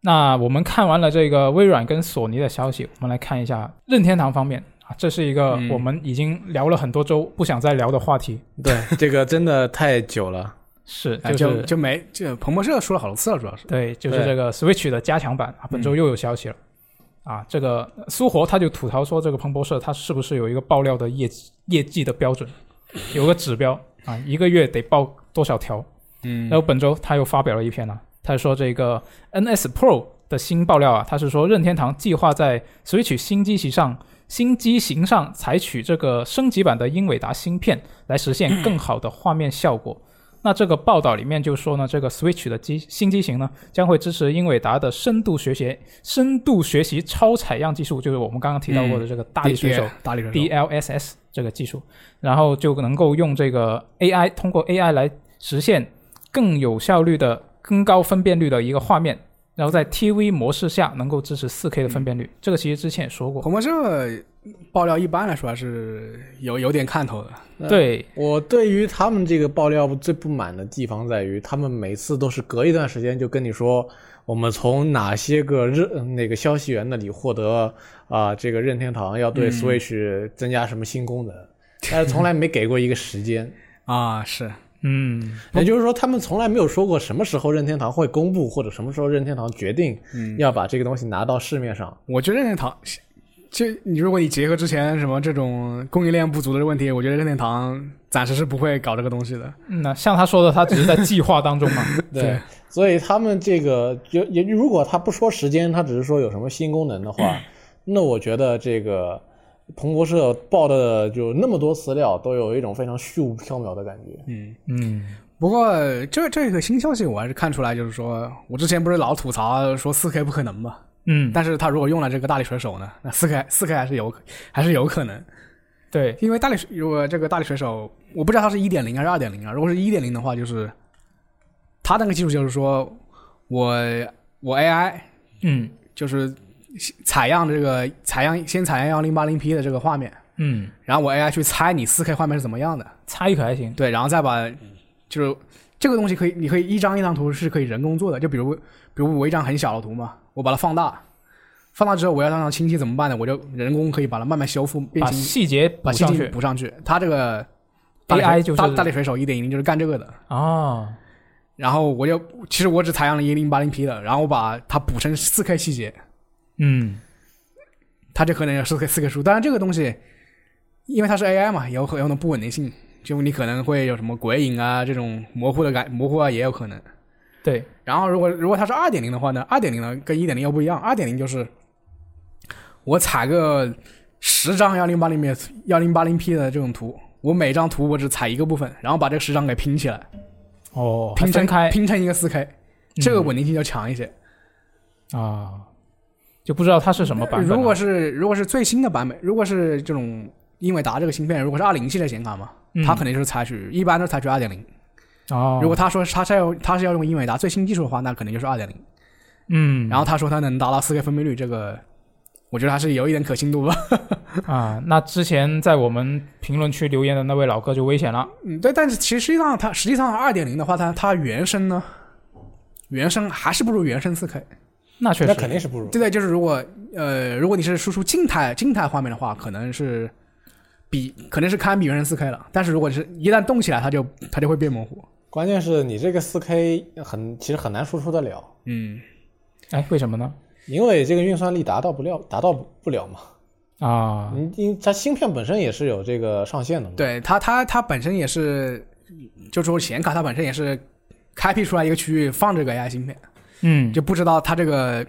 S1: 那我们看完了这个微软跟索尼的消息，我们来看一下任天堂方面啊，这是一个
S2: 嗯
S1: 我们已经聊了很多周不想再聊的话题，
S3: [laughs] 对，这个真的太久了。
S1: 是
S2: 哎
S1: 是、
S2: 就就没就彭博社说了好多次了，主要是。
S1: 对，就是
S3: 对
S1: 这个 Switch 的加强版啊，本周又有消息了。
S2: 嗯
S1: 啊，这个苏活他就吐槽说，这个彭博社他是不是有一个爆料的业绩业绩的
S2: [laughs]
S1: 标准，有个指标啊，一个月得爆多少条？
S2: 嗯
S1: 啊然后本周他又发表了一篇呢、他说这个 NS Pro 的新爆料啊，他是说任天堂计划在 Switch 新机型上。新机型上采取这个升级版的英伟达芯片来实现更好的画面效果。那这个报道里面就说呢，这个 Switch 的机新机型呢，将会支持英伟达的深度学习、深度学习超采样技术，就是我们刚刚提到过的这个大力水手、
S2: 大力水手
S1: DLSS 这个技术，然后就能够用这个 AI，通过 AI 来实现更有效率的、更高分辨率的一个画面，然后在 TV 模式下能够支持 4K 的分辨率。这个其实之前也说过，
S2: 红魔社爆料一般来说还是有有点看头的，
S1: 对，
S3: 我对于他们这个爆料最不满的地方在于，他们每次都是隔一段时间就跟你说，我们从哪些个热那个消息源那里获得啊、这个任天堂要对 Switch 增加什么新功能，但是从来没给过一个时间。
S2: 啊，是
S1: 嗯，
S3: 也就是说，他们从来没有说过什么时候任天堂会公布，或者什么时候任天堂决定要把这个东西拿到市面上。
S2: 我觉得任天堂，就你如果你结合之前什么这种供应链不足的问题，我觉得任天堂暂时是不会搞这个东西的。
S1: 嗯那像他说的，他只是在计划当中 [laughs] 嘛，
S3: 对，所以他们这个就也如果他不说时间，他只是说有什么新功能的话，那我觉得这个彭博社报的就那么多资料，都有一种非常虚无缥缈的感觉。
S1: 嗯。
S2: 不过这这个新消息我还是看出来，就是说我之前不是老吐槽说四 K 不可能嘛，
S1: 嗯，
S2: 但是他如果用了这个大力水手呢，那四 K 四 K 还是有还是有可能，
S1: 对，
S2: 因为大力水如果这个大力水手，我不知道它是一点零还是二点零啊，如果是一点零的话，就是它那个技术就是说我我 AI
S1: 嗯
S2: 就是采样这个采样先采样幺零八零 P 的这个画面，
S1: 嗯，
S2: 然后我 AI 去猜你四 K 画面是怎么样的，
S1: 猜可还行，
S2: 对，然后再把就是这个东西可以，你可以一张一张图是可以人工做的，就比如比如我一张很小的图嘛，我把它放大，放大之后我要让它清晰怎么办呢？我就人工可以把它慢慢修复变
S1: 把
S2: 清，
S1: 细节补
S2: 把细
S1: 上
S2: 节
S1: 去
S2: 补上去。它这个大
S1: AI
S2: 力水
S1: 就是
S2: 大大力水手一点零就是干这个的。
S1: 哦，
S2: 然后我就其实我只采样了一零八零 P 的，然后我把它补成四 K 细节，
S1: 嗯，
S2: 它就可能有四 K 四 K 数。当然，这个东西因为它是 AI 嘛，有很有那种不稳定性，就你可能会有什么鬼影啊这种模糊的感模糊啊也有可能。
S1: 对，
S2: 然后如果如果它是二点零的话呢，二点零呢跟一点零又不一样，二点零就是我采个十张幺零八零 P 幺零八零 P 的这种图。我每张图我只采一个部分，然后把这十张给拼起来，
S1: 哦，还
S2: 拼成
S1: 分开嗯
S2: 拼成一个四 K，这个稳定性就强一些。
S1: 啊，就不知道它是什么版本了。啊
S2: 如果是如果是最新的版本，如果是这种英伟达这个芯片，如果是二零系列显卡嘛，
S1: 嗯
S2: 它肯定就是采取一般都是采取二点零。
S1: 哦，
S2: 如果他说他是要他是要用英伟达最新技术的话，那肯定就是二点零。
S1: 嗯，
S2: 然后他说他能达到四 K 分辨率，这个我觉得还是有一点可信度吧。
S1: 啊，那之前在我们评论区留言的那位老哥就危险了。
S2: [laughs] 嗯，对，但是其实实际上它实际上二点零的话，它它原生呢，原生还是不如原生四 K。
S1: 那确
S3: 那
S1: 实，
S3: 肯定是不如
S2: 对对，就是如果呃如果你是输出静态静态画面的话，可能是比可能是堪比原生四 K 了。但是如果是一旦动起来，它就它就会变模糊。
S3: 关键是你这个4 K 很其实很难输出得了，
S2: 嗯，
S1: 哎，为什么呢？
S3: 因为这个运算力达到不了，达到不了嘛。
S1: 啊，
S3: 你因它芯片本身也是有这个上限的嘛。
S2: 对它它它本身也是，就说显卡它本身也是开辟出来一个区域放这个 AI 芯片，
S1: 嗯，
S2: 就不知道它这个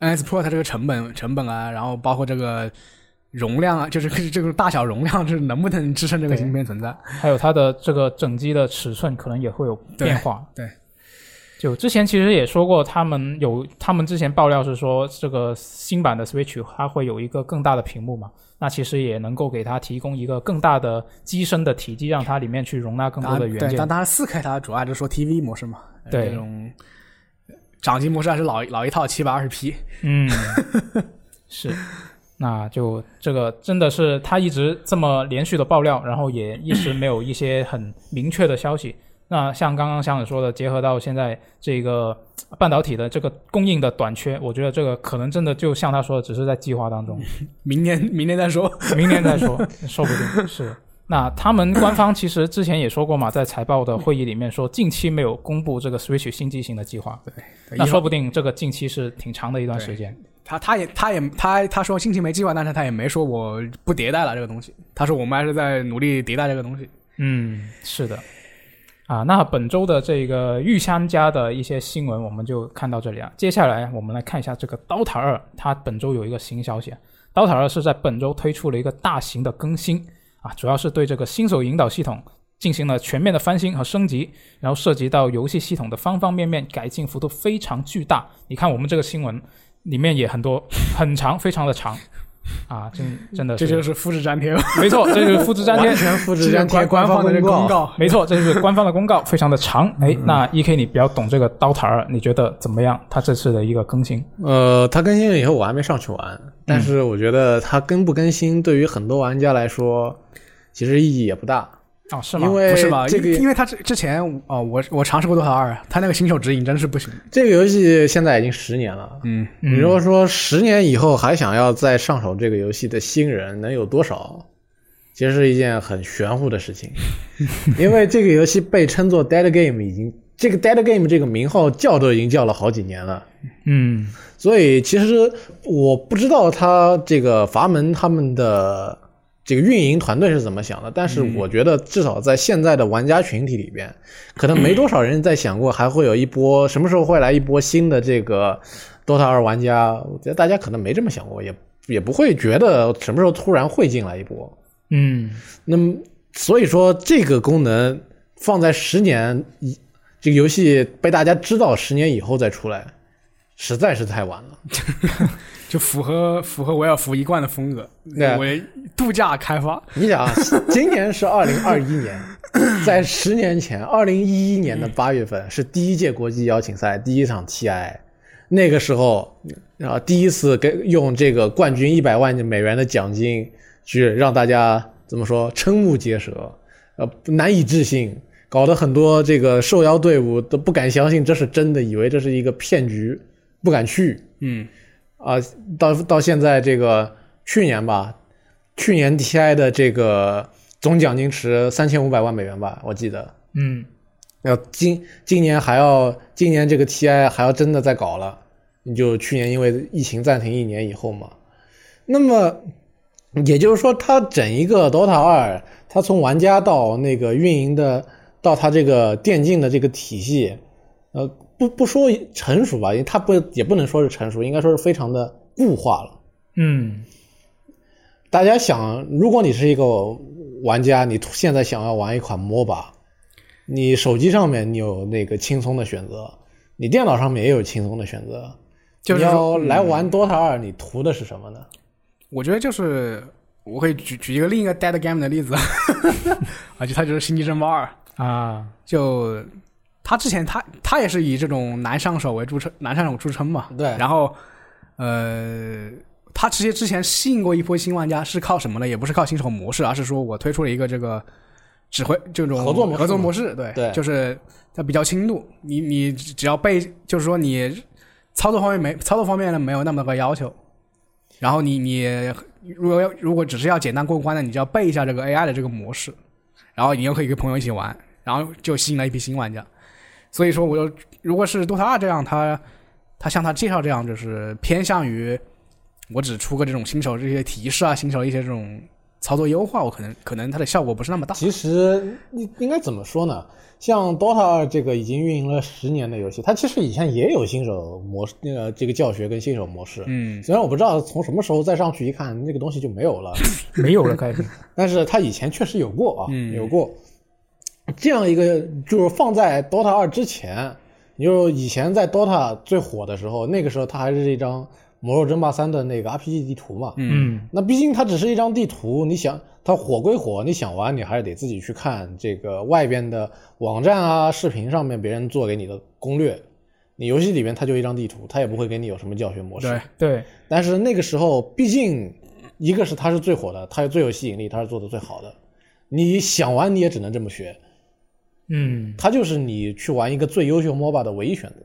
S2: 呃 NS Pro 它这个成本成本啊，然后包括这个。容量啊，就是 [laughs] 这个大小容量是能不能支撑这个芯片存在？
S1: 还有它的这个整机的尺寸可能也会有变化。
S2: 对对
S1: 就之前其实也说过，他们有他们之前爆料是说，这个新版的 Switch 它会有一个更大的屏幕嘛，那其实也能够给它提供一个更大的机身的体积，让它里面去容纳更
S2: 当
S1: 多的
S2: 然，
S1: 元
S2: 对，
S1: 件
S2: 但。当然四 K 它主要还是说 TV 模式嘛，呃
S1: 对
S2: 这种呃掌机模式还是老老一套七百二十 P。
S1: 嗯， [laughs] 是，那就这个真的是他一直这么连续的爆料，然后也一直没有一些很明确的消息。那像刚刚香子说的，结合到现在这个呃半导体的这个供应的短缺，我觉得这个可能真的就像他说的，只是在计划当中， [laughs]
S2: 明年明年再说。
S1: 明年再说，说不定是。那他们官方其实之前也说过嘛，在财报的会议里面说，近期没有公布这个 Switch 新机型的计划，那说不定这个近期是挺长的一段时间。
S2: 他他也他也他他说心情没计划，但是他也没说我不迭代了这个东西。他说我们还是在努力迭代这个东西。
S1: 嗯，是的。啊，那本周的这个御三家的一些新闻我们就看到这里了。接下来我们来看一下这个《DOTA 二》，它本周有一个新消息，《DOTA 二》是在本周推出了一个大型的更新啊，主要是对这个新手引导系统进行了全面的翻新和升级，然后涉及到游戏系统的方方面面，改进幅度非常巨大。你看我们这个新闻里面也很多，很长，非常的长。啊，真真的
S2: 这
S1: 是，
S2: 就是复制粘贴吧，
S1: 没错，这就是复 [laughs] 制粘贴
S3: 完，全复制
S2: [laughs] 这
S3: 粘
S2: 是
S3: 贴
S2: 官官
S3: 方
S2: 方的这个公
S3: 公。
S2: 告。
S1: [laughs] 没错，这就是官方的公告，非常的长。哎，那 E K 你比较懂这个刀塔二，你觉得怎么样？它这次的一个更新
S3: 呃，它更新了以后我还没上去玩，但是我觉得它更不更新对于很多玩家来说，其实意义也不大，
S1: 啊、是吗
S3: 因？为
S2: 不是吧？
S3: 这个
S2: 因因为他之之前哦，我我尝试过多少二，啊他那个新手指引真是不行。
S3: 这个游戏现在已经十年了，
S2: 嗯，
S3: 你如果说十年以后还想要再上手这个游戏的新人能有多少，其实是一件很玄乎的事情，因为这个游戏被称作 dead game 已经，这个 dead game 这个名号叫都已经叫了好几年了。
S1: 嗯
S3: 所以其实我不知道他这个阀门他们的这个运营团队是怎么想的，但是我觉得至少在现在的玩家群体里边，可能没多少人在想过还会有一波什么时候会来一波新的这个 DOTA 二玩家，我觉得大家可能没这么想过，也也不会觉得什么时候突然会进来一波。
S1: 嗯
S3: 那么所以说这个功能放在十年以这个游戏被大家知道十年以后再出来，实在是太晚了。
S2: 就符合符合维尔福一贯的风格，
S3: 对
S2: 为度假开发。
S3: 你想啊，今年是二零二一年，在十年前，二零一一年的八月份是第一届国际邀请赛第一场 TI，那个时候啊，第一次给用这个冠军一百万美元的奖金去让大家怎么说瞠目结舌，呃，难以置信，搞得很多这个受邀队伍都不敢相信这是真的，以为这是一个骗局，不敢去。
S2: 嗯，
S3: 啊、到到现在这个去年吧，去年 TI 的这个总奖金池三千五百万美元吧，我记得。
S1: 嗯
S3: 要今今年还要今年这个 TI 还要真的再搞了，你就去年因为疫情暂停一年以后嘛，那么也就是说，它整一个 DOTA 二，它从玩家到那个运营的，到它这个电竞的这个体系，呃，不不说成熟吧，因为它不也不能说是成熟，应该说是非常的固化了。
S1: 嗯
S3: 大家想，如果你是一个玩家，你突现在想要玩一款 MOBA，你手机上面你有那个轻松的选择，你电脑上面也有轻松的选择。
S2: 就是
S3: 你要
S2: 说，嗯
S3: 来玩 DOTA 二，你图的是什么呢？
S2: 我觉得就是我可以举举一个另一个 Dead Game 的例子， [laughs] 啊，就他就是《星际争霸二》，
S1: 啊
S2: 就他之前他他也是以这种难上手为著称，难上手著称嘛。
S3: 对
S2: 然后，呃，他其实之前吸引过一波新玩家是靠什么呢？也不是靠新手模式，而是说我推出了一个这个指挥这种
S3: 合作模式
S2: 合作
S3: 嘛
S2: 模式，对，
S3: 对
S2: 就是它比较轻度，你你只只要被就是说你操作方面没操作方面呢没有那么个要求，然后你你如果要如果只是要简单过关的，你就要背一下这个 AI 的这个模式，然后你又可以跟朋友一起玩，然后就吸引了一批新玩家。所以说，我就如果是 DOTA 二这样，它它像它介绍这样，就是偏向于我只出个这种新手这些提示啊，新手一些这种操作优化，我可能可能它的效果不是那么大。
S3: 其实应应该怎么说呢？像 DOTA 二这个已经运营了十年的游戏，它其实以前也有新手模式，呃，这个教学跟新手模式。
S2: 嗯，
S3: 虽然我不知道从什么时候再上去一看，那个东西就没有了。
S1: 没有了概念。
S3: 但是它以前确实有过啊，有过这样一个，就是放在 DOTA 二之前，也就是以前在 DOTA 最火的时候，那个时候它还是一张《魔兽争霸三》的那个 RPG 地图嘛。
S1: 嗯
S3: 那毕竟它只是一张地图，你想它火归火，你想玩你还是得自己去看这个外边的网站啊、视频上面别人做给你的攻略。你游戏里面它就一张地图，它也不会给你有什么教学模式。
S2: 对，
S1: 对，
S3: 但是那个时候，毕竟一个是它是最火的，它最有吸引力，它是做的最好的。你想玩你也只能这么学，
S1: 嗯
S3: 它就是你去玩一个最优秀 MOBA 的唯一选择。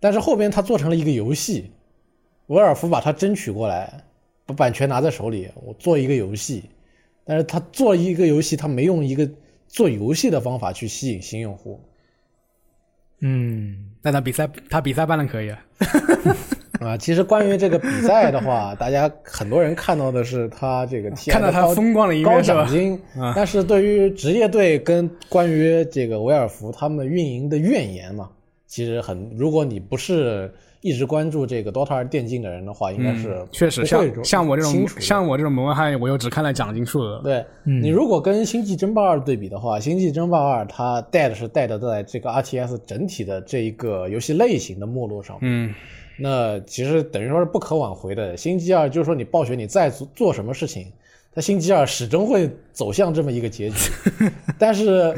S3: 但是后边它做成了一个游戏，维尔福把它争取过来，把版权拿在手里，我做一个游戏。但是他做一个游戏，他没用一个做游戏的方法去吸引新用户，
S1: 嗯
S2: 但他比赛他比赛办的可以啊，
S3: 啊，其实关于这个比赛的话，大家很多人看到的是他这个 TI
S2: 看到他
S3: 高
S2: 风光的一
S3: 高
S2: 面是
S3: 奖
S2: 吧？啊
S3: 金，但是对于职业队跟关于这个维尔福他们运营的怨言嘛，其实很，如果你不是一直关注这个 DOTA 二电竞的人的话，应该是
S2: 嗯确实，
S3: 不会
S2: 像像我这
S3: 清
S2: 种
S3: 楚的
S2: 像嗯我这种门外汉，我又只看了奖金数额。
S3: 对、你如果跟《星际争霸二》对比的话，《星际争霸二》它带的是带的在这个 RTS 整体的这一个游戏类型的没落上，
S2: 嗯，
S3: 那其实等于说是不可挽回的。《星际二》就是说你暴雪你再做做什么事情，它《星际二》始终会走向这么一个结局。但是《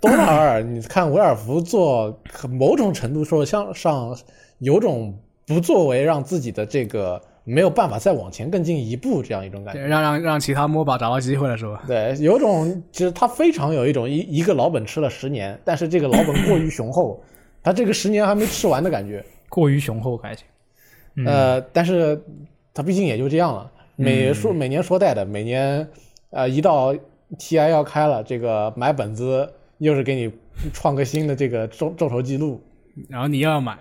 S3: 多纳二》，你看维尔福做，可某种程度说向上有种不作为，让自己的这个没有办法再往前更进一步这样一种感觉。
S2: 对让让让其他 MOBA 找到机会了是吧？
S3: 对，有种就是他非常有一种一一个老本吃了十年，但是这个老本过于雄厚，他这个十年还没吃完的感觉。
S1: 过于雄厚，感觉。
S2: 嗯
S3: 呃，但是他毕竟也就这样了，每
S2: 嗯
S3: 说每年说带的，每年呃一到 TI 要开了，这个买本子又是给你创个新的这个众众筹记录，
S2: 然后你又要买，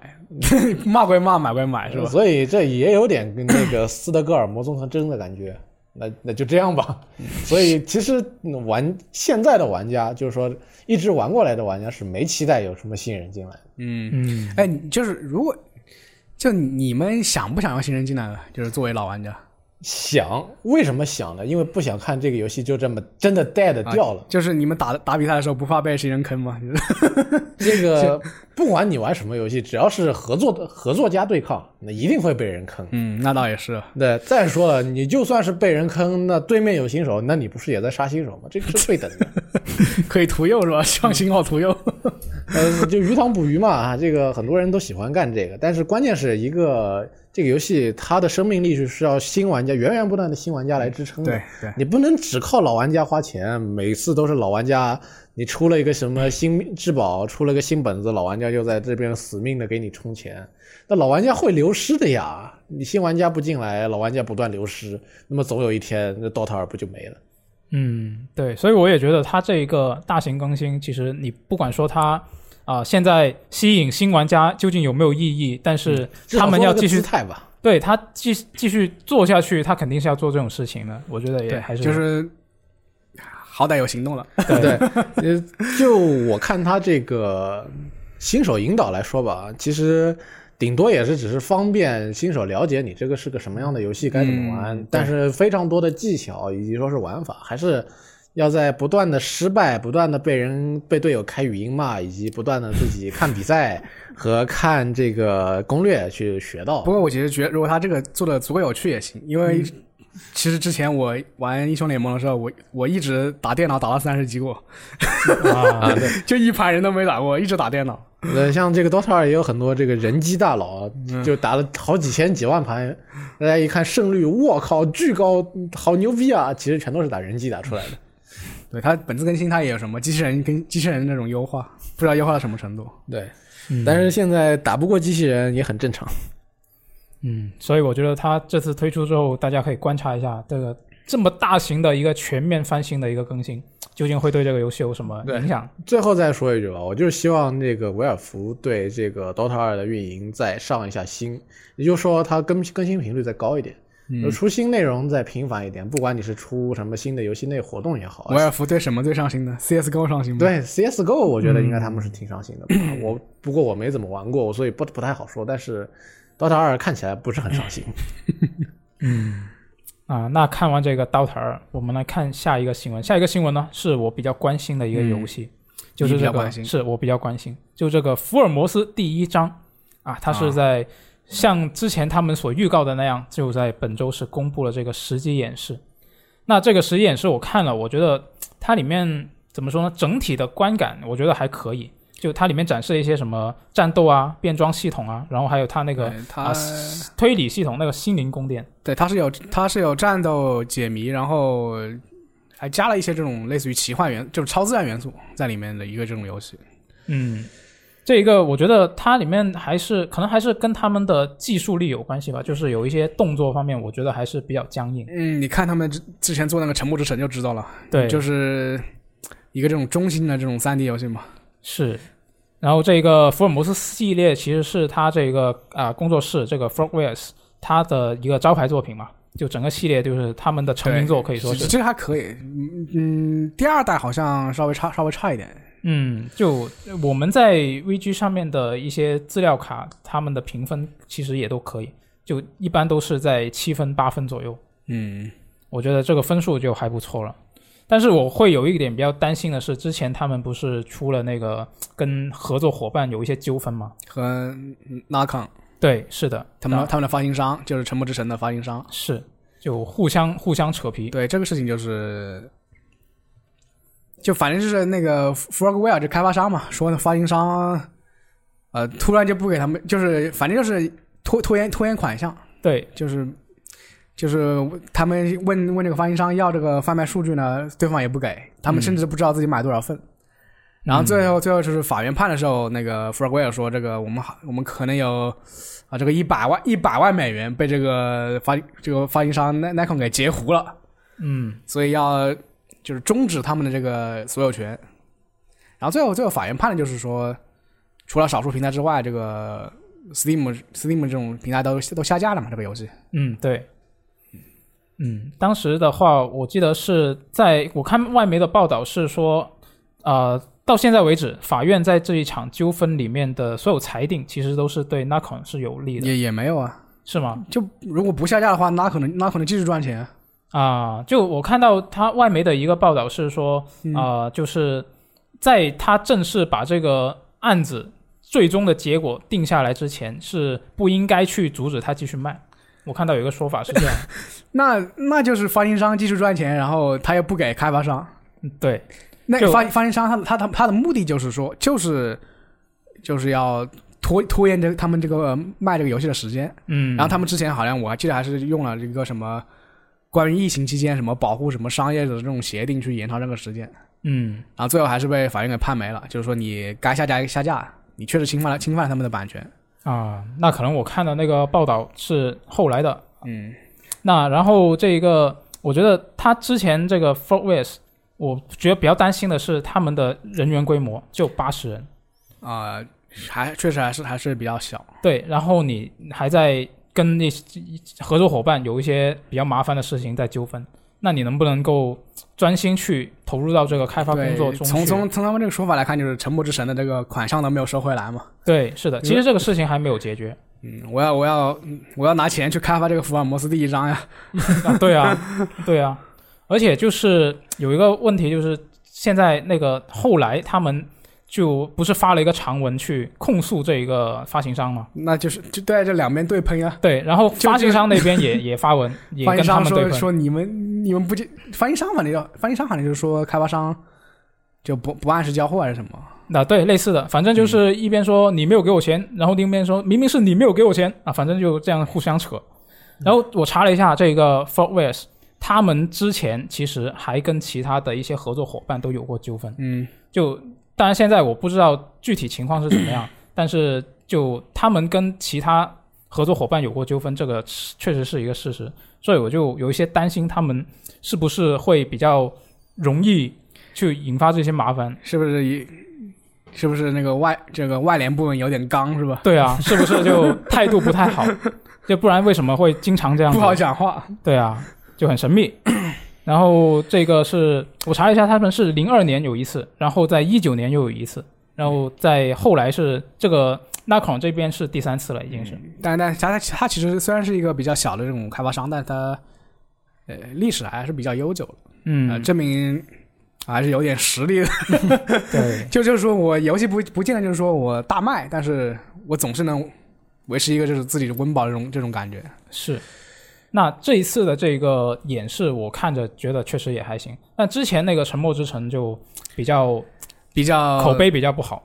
S2: [laughs] 骂归骂，买归买 [laughs] 是吧？
S3: 所以这也有点跟那个斯德哥尔摩综合征的感觉。那那就这样吧。
S2: [laughs]
S3: 所以其实嗯玩现在的玩家，就是说一直玩过来的玩家是没期待有什么新人进来的。
S1: 嗯，
S2: 哎，你就是如果就你们想不想要新人进来呢？就是作为老玩家，
S3: 想为什么想呢？因为不想看这个游戏就这么真的 dead
S2: 啊
S3: 掉了。
S2: 就是你们打打比赛的时候不怕被新人坑吗？就是 [laughs]
S3: [laughs] 这个不管你玩什么游戏，只要是合作的合作家对抗，那一定会被人坑。
S2: 嗯，那倒也是，
S3: 对，再说了，你就算是被人坑，那对面有新手，那你不是也在杀新手吗？这个是对等的。
S2: 可以屠右是吧？上信号屠右，
S3: 呃，就鱼塘捕鱼嘛，啊这个很多人都喜欢干这个，但是关键是一个这个游戏它的生命力是需要新玩家源源不断的新玩家来支撑的。
S2: 对对
S3: 你不能只靠老玩家花钱，每次都是老玩家，你出了一个什么新质保，出了个新本子，老玩家就在这边死命的给你充钱，那老玩家会流失的呀。你新玩家不进来，老玩家不断流失，那么总有一天那 DOTA 二不就没了？
S1: 嗯，对，所以我也觉得它这一个大型更新，其实你不管说它啊、现在吸引新玩家究竟有没有意义，但是
S3: 至少
S1: 他们
S3: 做
S1: 要
S3: 了个
S1: 继续
S3: 姿态吧。
S1: 对他继继续做下去，他肯定是要做这种事情的。我觉得也还是
S2: 就是好歹有行动了，
S3: 对， [laughs] 呃，就我看他这个新手引导来说吧，其实顶多也是只是方便新手了解你这个是个什么样的游戏，该怎么玩、但是非常多的技巧以及说是玩法，还是要在不断的失败、不断的被人被队友开语音骂，以及不断的自己看比赛和看这个攻略去学到。
S2: 不过我其实觉得，如果他这个做的足够有趣也行，因为其实之前我玩英雄联盟的时候，我我一直打电脑打到三十级过， [laughs]
S1: 啊，
S2: 就一盘人都没打过，一直打电脑。
S3: [laughs] 呃，像这个 DOTA 二也有很多这个人机大佬啊，就打了好几千几万盘，大家一看胜率，我靠，巨高，好牛逼啊！其实全都是打人机打出来的。
S2: 对它本次更新它也有什么机器人跟机器人那种优化，不知道优化到什么程度。
S3: 对，但是现在打不过机器人也很正常。
S1: 嗯，所以我觉得他这次推出之后，大家可以观察一下这个这么大型的一个全面翻新的一个更新，究竟会对这个游戏有什么影响？
S3: 最后再说一句吧，我就是希望这个维尔福对这个 DOTA 二的运营再上一下心，也就是说它更更新频率再高一点，就出新内容再频繁一点，不管你是出什么新的游戏内活动也好，啊
S2: 维尔福对什么最上心呢？CSGO 上心吗？，
S3: 对 CSGO，我觉得应该他们是挺上心的吧。我不过我没怎么玩过，所以不不太好说。但是 DOTA 二看起来不是很上心。
S1: 啊，那看完这个《刀塔二》，我们来看下一个新闻。下一个新闻呢，是我比较关心的一个游戏，就是
S2: 嗯你比
S1: 这
S2: 较
S1: 个
S2: 关心
S1: 是我比较关心，就这个《福尔摩斯》第一章啊，它是在、像之前他们所预告的那样，就在本周是公布了这个实际演示。那这个实际演示我看了，我觉得它里面怎么说呢？整体的观感我觉得还可以。就它里面展示了一些什么战斗啊、变装系统啊，然后还有它那个、
S2: 对它
S1: 啊推理系统那个心灵宫殿。
S2: 哎对它是有它是有战斗解谜，然后还加了一些这种类似于奇幻元，就是超自然元素在里面的一个这种游戏。
S1: 嗯，这一个我觉得它里面还是可能还是跟他们的技术力有关系吧，就是有一些动作方面，我觉得还是比较僵硬。
S2: 嗯，你看他们之之前做那个《沉默之城》就知道了，
S1: 对，
S2: 就是一个这种中心的这种三 D 游戏嘛。
S1: 是。然后这个福尔摩斯系列其实是他这个啊、工作室这个 Frogwares 他的一个招牌作品嘛，就整个系列就是他们的成名作，可以说
S2: 这
S1: 是。
S2: 这个还可以，嗯嗯，第二代好像稍微差稍微差一点，
S1: 嗯，就我们在 VG 上面的一些资料卡，他们的评分其实也都可以，就一般都是在七分八分左右。
S2: 嗯，
S1: 我觉得这个分数就还不错了。但是我会有一点比较担心的是，之前他们不是出了那个跟合作伙伴有一些纠纷吗？
S2: 和 Nakon
S1: 对，是的，
S2: 他们
S1: 然后
S2: 他们的发行商就是《沉默之城》的发行商，
S1: 是就互相互相扯皮。
S2: 对这个事情就是，就反正就是那个 Frogware 这开发商嘛，说那发行商，呃，突然就不给他们，就是反正就是拖拖延拖延款项，
S1: 对，
S2: 就是就是他们问问这个发行商要这个贩卖数据呢，对方也不给，他们甚至不知道自己买多少份。然后最后最后就是法院判的时候，那个 Frogware 说这个我们好我们可能有啊这个一百万一百万美元被这个发这个发行商 Ni- Nikon 给截胡了，
S1: 嗯，
S2: 所以要就是终止他们的这个所有权。然后最后最后法院判的就是说，除了少数平台之外，这个 Steam Steam 这种平台都都下架了嘛这个游戏。
S1: 嗯，对，嗯，当时的话，我记得是在我看外媒的报道是说，呃，到现在为止，法院在这一场纠纷里面的所有裁定，其实都是对 Nikon 是有利的，
S2: 也也没有啊，
S1: 是吗？
S2: 就如果不下架的话，那可能那可能继续赚钱。
S1: 啊、就我看到他外媒的一个报道是说，
S2: 嗯
S1: 啊、就是在他正式把这个案子最终的结果定下来之前，是不应该去阻止他继续卖。我看到有一个说法是
S2: [laughs]
S1: 这样，
S2: 那那就是发行商继续赚钱，然后他又不给开发商。
S1: 嗯对，
S2: 那
S1: 就
S2: 发发行商他他他他的目的就是说，就是就是要拖拖延这他们这个呃卖这个游戏的时间。
S1: 嗯，
S2: 然后他们之前好像我还记得还是用了一个什么关于疫情期间什么保护什么商业的这种协定去延长这个时间，
S1: 嗯
S2: 然后最后还是被法院给判没了，就是说你该下架下架，你确实侵犯了侵犯了他们的版权。
S1: 啊、那可能我看的那个报道是后来的，
S2: 嗯，
S1: 那然后这一个，我觉得他之前这个 f o r t w a s 我觉得比较担心的是他们的人员规模就八十人。
S2: 啊、还确实还是还是比较小。
S1: 对，然后你还在跟那些合作伙伴有一些比较麻烦的事情在纠纷，那你能不能够专心去投入到这个开发
S2: 对，
S1: 工作中去？
S2: 从从从他们这个说法来看，就是《沉默之神》的这个款项都没有收回来嘛。
S1: 对，是的，其实这个事情还没有解决。
S2: 嗯，我要我要嗯我要拿钱去开发这个福尔摩斯第一章呀。
S1: 啊对
S2: [laughs]
S1: 啊，对啊，而且就是有一个问题，就是现在那个后来他们就不是发了一个长文去控诉这一个发行商嘛？
S2: 那就是就对这两边对喷呀。
S1: 对，然后
S2: 就
S1: 发行商那边也也发
S2: [laughs]
S1: 文，也
S2: 发行
S1: 跟他
S2: 商
S1: 们对
S2: 说
S1: 喷。
S2: 说你们你们不接，发行商反正要发行商反正就是说开发商就不不按时交货还是什么。
S1: 那、啊对类似的，反正就是一边说你没有给我钱，然后另一边说明明是你没有给我钱啊，反正就这样互相扯。然后我查了一下这个 f o r t w a r s 他们之前其实还跟其他的一些合作伙伴都有过纠纷，
S2: 嗯，
S1: 就当然现在我不知道具体情况是怎么样，但是就他们跟其他合作伙伴有过纠纷，这个是确实是一个事实，所以我就有一些担心他们是不是会比较容易去引发这些麻烦。
S2: 是不是一是不是那个外这个外联部门有点刚是吧？
S1: 对啊，是不是就态度不太
S2: [laughs]
S1: 好？就不然为什么会经常这样？
S2: 不好。讲话。
S1: 对啊，就很神秘。 [clears throat] 然后这个是我查了一下，他们是零二年有一次，然后在一九年又有一次，然后在后来是这个 Nacon 这边是第三次了，已经是。
S2: 但但他他他其实虽然是一个比较小的这种开发商，但他呃历史还是比较悠久的。呃，
S1: 嗯，
S2: 证明还是有点实力的。 [laughs]
S1: 对，
S2: 就就是说我游戏不不见得就是说我大卖，但是我总是能维持一个就是自己的温饱这种这种感觉。
S1: 是。那这一次的这个演示，我看着觉得确实也还行。但之前那个《沉默之城》就比较
S2: 比较
S1: 口碑比较不好。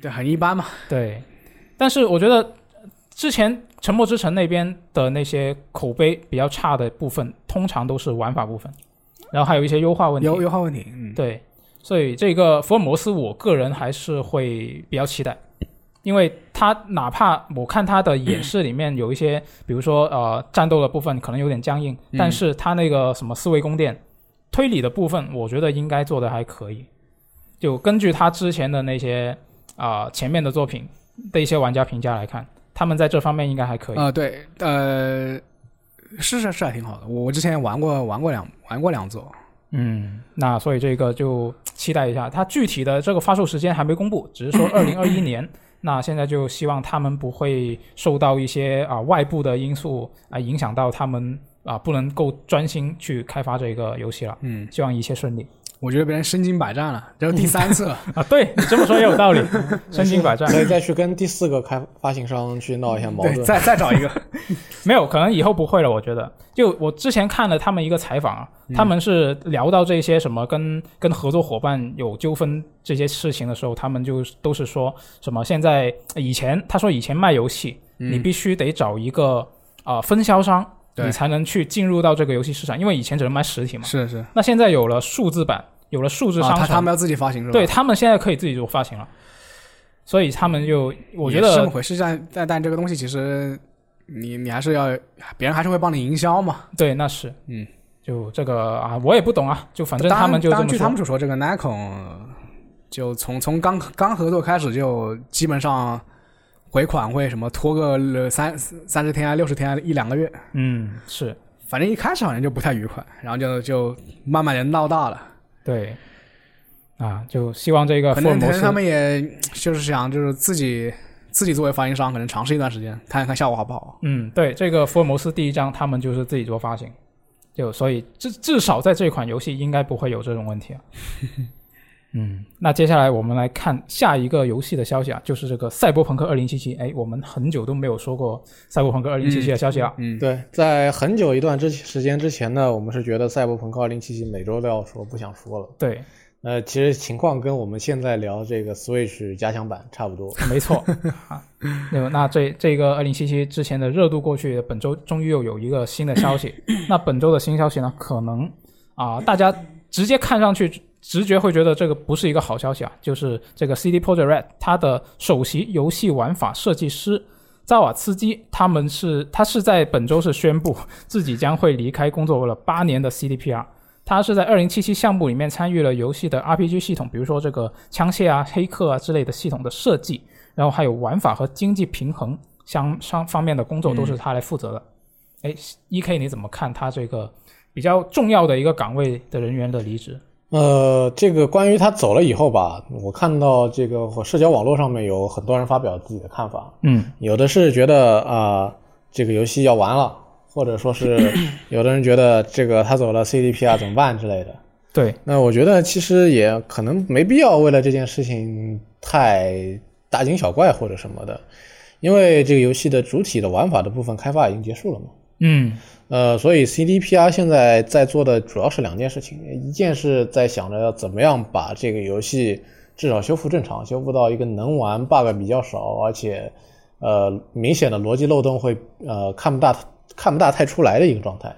S2: 对很一般嘛，
S1: 对，但是我觉得呃之前《沉默之城》那边的那些口碑比较差的部分，通常都是玩法部分，然后还有一些优化问题。
S2: 有有好问题，嗯，
S1: 对，所以这个福尔摩斯，我个人还是会比较期待，因为他哪怕我看他的演示里面有一些，比如说呃战斗的部分可能有点僵硬，但是他那个什么思维宫殿、推理的部分，我觉得应该做的还可以。就根据他之前的那些啊、前面的作品的一些玩家评价来看，他们在这方面应该还可以。
S2: 啊、对，呃，是是是，还挺好的。我我之前玩过玩过两玩过两座，
S1: 嗯，那所以这个就期待一下，它具体的这个发售时间还没公布，只是说二零二一年。那现在就希望他们不会受到一些啊、外部的因素啊、影响到他们啊、不能够专心去开发这个游戏了。
S2: 嗯，
S1: 希望一切顺利
S2: 我觉得别人身经百战了，这
S1: [laughs]
S2: 是第三次了。
S1: 啊！对你这么说也有道理，身经百战。
S3: 所以再去跟第四个开发行商去闹一下矛
S2: 对，
S3: 盾。
S2: 再再找
S1: [laughs]
S2: 一个，
S1: 没有，可能以后不会了。我觉得，就我之前看了他们一个采访啊，
S2: 嗯
S1: 他们是聊到这些什么跟跟合作伙伴有纠纷这些事情的时候，他们就都是说什么现在以前他说以前卖游戏，你必须得找一个啊、呃分销商，
S2: 嗯对
S1: 你才能去进入到这个游戏市场，因为以前只能卖实体嘛。
S2: 是是，啊，
S1: 那现在有了数字版，有了数字商城，
S2: 他他们要自己发行是吧？
S1: 对他们现在可以自己做发行了，所以他们就我觉
S2: 也是这
S1: 得
S2: 么回事，但但但这个东西其实你你还是要，别人还是会帮你营销嘛。
S1: 对，那是，
S2: 嗯，
S1: 就这个啊，我也不懂啊，就反正
S2: 当
S1: 他
S2: 然
S1: 们就这
S2: 当然
S1: 么
S2: 据他
S1: 说
S2: 们。所说，这个 Nikon 就从从刚刚合作开始就基本上回款会什么拖个三三十天啊六十天啊一两个月，
S1: 嗯，是
S2: 反正一开始好像就不太愉快，然后就就慢慢的闹大了。
S1: 对，啊，就希望这个
S2: 可
S1: 福尔
S2: 能可
S1: 摩
S2: 能他
S1: 斯
S2: 们也就是想就是自己自己作为发行商，可能尝试一段时间，看一看效果好不好。
S1: 嗯，对，这个福尔摩斯第一章他们就是自己做发行，就所以至至少在这款游戏应该不会有这种问
S2: [laughs]
S1: 题啊。嗯，那接下来我们来看下一个游戏的消息啊，就是这个《赛博朋克2077》。哎，我们很久都没有说过《赛博朋克2077》的消息了。
S2: 嗯，
S3: 对，在很久一段之时间之前呢，我们是觉得《赛博朋克2077》每周都要说，不想说了。
S1: 对，
S3: 呃，其实情况跟我们现在聊这个 Switch 加强版差不多。
S1: 没错啊，那么那这这个二零七七之前的热度过去，本周终于又有一个新的消息。那本周的新消息呢，可能啊、大家直接看上去直觉会觉得这个不是一个好消息啊，就是这个 CD Projekt Red 它的首席游戏玩法设计师。扎瓦茨基他们是，他是在本周是宣布自己将会离开工作了八年的 CDPR，他是在二零七七项目里面参与了游戏的 RPG 系统，比如说这个枪械啊、黑客啊之类的系统的设计，然后还有玩法和经济平衡相相方面的工作都是他来负责的。哎、e k 你怎么看他这个比较重要的一个岗位的人员的离职？
S3: 呃，这个关于他走了以后吧，我看到这个我社交网络上面有很多人发表自己的看法，
S1: 嗯
S3: 有的是觉得啊、这个游戏要完了，或者说是有的人觉得这个他走了 CDPR 啊怎么办之类的。，
S1: 对，
S3: 那我觉得其实也可能没必要为了这件事情太大惊小怪或者什么的，因为这个游戏的主体的玩法的部分开发已经结束了嘛。
S1: 嗯
S3: 呃，所以 CDPR 现在在做的主要是两件事情，一件是在想着要怎么样把这个游戏至少修复正常，修复到一个能玩 bug 比较少，而且呃明显的逻辑漏洞会呃看不大看不大太出来的一个状态。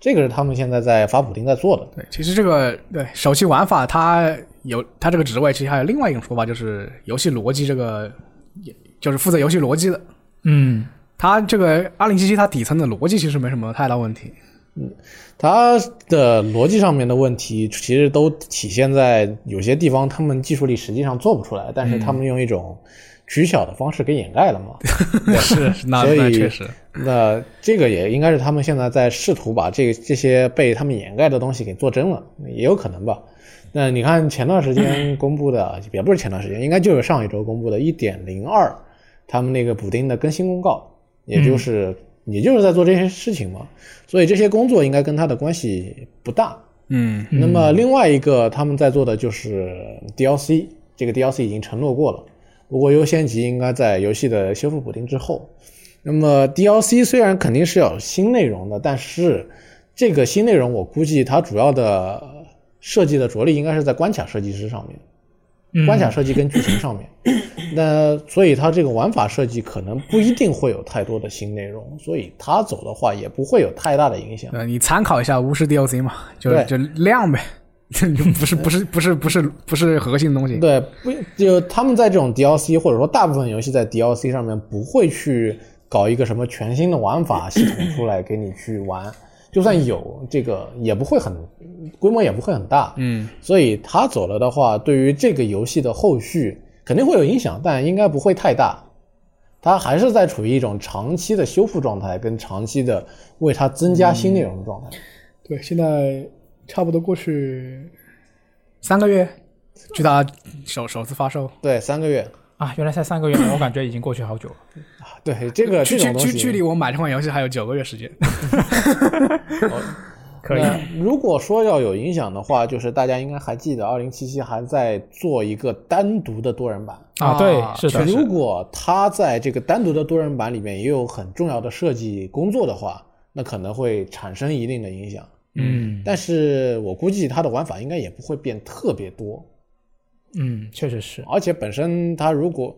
S3: 这个是他们现在在法普丁在做的。
S2: 对，其实这个对手机玩法，它有它这个职位，其实还有另外一种说法，就是游戏逻辑这个，也就是负责游戏逻辑的。
S1: 嗯
S2: 它这个二零七七，它底层的逻辑其实没什么太大问题。
S3: 它的逻辑上面的问题，其实都体现在有些地方他们技术力实际上做不出来，但是他们用一种取巧的方式给掩盖了嘛。
S2: [laughs] 是， [laughs] 那
S3: 所以
S2: 那确实，
S3: 那这个也应该是他们现在在试图把这这些被他们掩盖的东西给做真了，也有可能吧。那你看前段时间公布的，也不是前段时间，应该就是上一周公布的1.02，他们那个补丁的更新公告，也就是、也就是在做这些事情嘛。所以这些工作应该跟他的关系不大。
S2: 嗯，
S3: 那么另外一个他们在做的就是 DLC，这个 DLC 已经承诺过了，不过优先级应该在游戏的修复补丁之后。那么 DLC 虽然肯定是要有新内容的，但是这个新内容我估计它主要的设计的着力应该是在关卡设计师上面。
S1: 嗯，
S3: 关卡设计跟剧情上面，那所以它这个玩法设计可能不一定会有太多的新内容，所以它走的话也不会有太大的影响。
S2: 呃，你参考一下巫师 DLC 嘛，就
S3: 对
S2: 就量呗， [laughs] 就不是不是不是不是不是核心东西。
S3: 对，不就他们在这种 DLC 或者说大部分游戏在 DLC 上面不会去搞一个什么全新的玩法系统出来给你去玩，就算有这个也不会很规模也不会很大，
S2: 嗯，
S3: 所以他走了的话，对于这个游戏的后续肯定会有影响，但应该不会太大。它还是在处于一种长期的修复状态，跟长期的为它增加新内容的状态。
S2: 对，现在差不多过去三个月，据他首首次发售，
S3: 对，三个月
S1: 啊，原来才三个月， [coughs] 我感觉已经过去好久了。
S3: 啊对这个
S2: 距距
S3: 这种东
S2: 距距离
S3: 西。
S2: 我买这款游戏还有九个月时间。 [laughs]
S1: 可以，
S3: 那如果说要有影响的话，就是大家应该还记得，二零七七还在做一个单独的多人版。
S1: 啊，对，是的，
S3: 如果它在这个单独的多人版里面也有很重要的设计工作的话，那可能会产生一定的影响。
S1: 嗯
S3: 但是我估计它的玩法应该也不会变特别多，
S1: 嗯，确实是，
S3: 而且本身它如果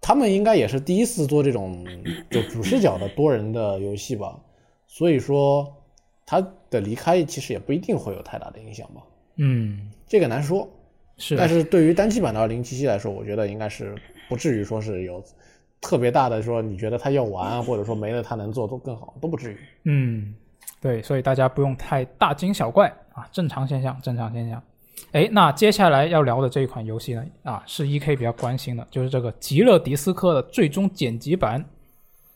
S3: 他们应该也是第一次做这种就主视角的多人的游戏吧，所以说它的离开其实也不一定会有太大的影响吧，
S1: 嗯，
S3: 这个难说。
S1: 是
S3: 但是对于单机版的二零七七来说，我觉得应该是不至于说是有特别大的说你觉得它要玩，或者说没了它能做都更好，都不至于。
S1: 嗯，对，所以大家不用太大惊小怪啊，正常现象，正常现象。哎，那接下来要聊的这一款游戏呢，啊，是 E K 比较关心的，就是这个《极乐迪斯科》的最终剪辑版。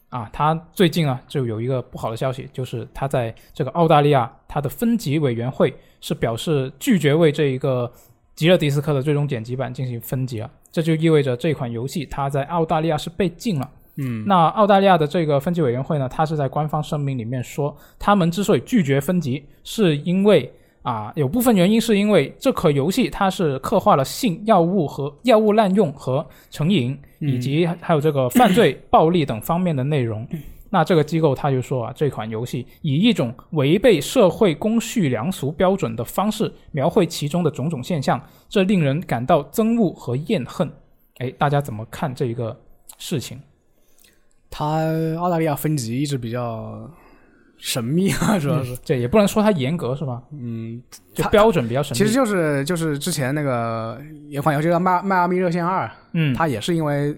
S1: 啊，它最近啊就有一个不好的消息，就是它在这个澳大利亚，它的分级委员会是表示拒绝为这一个《极乐迪斯科》的最终剪辑版进行分级了。这就意味着这款游戏它在澳大利亚是被禁了。
S2: 嗯，
S1: 那澳大利亚的这个分级委员会呢，它是在官方声明里面说，他们之所以拒绝分级，是因为啊，有部分原因是因为这款游戏它是刻画了性、药物和药物滥用和成瘾，以及还有这个犯罪、暴力等方面的内容。那这个机构他就说啊，这款游戏以一种违背社会公序良俗标准的方式描绘其中的种种现象，这令人感到憎恶和厌恨。哎，大家怎么看这个事情？
S2: 他澳大利亚分级一直比较神秘啊，主要是。
S1: 这嗯也不能说它严格是吧？嗯，就标准比较神秘。
S2: 其实就是就是之前那个有款游戏叫《迈迈阿密热线二》，
S1: 嗯，
S2: 它也是因为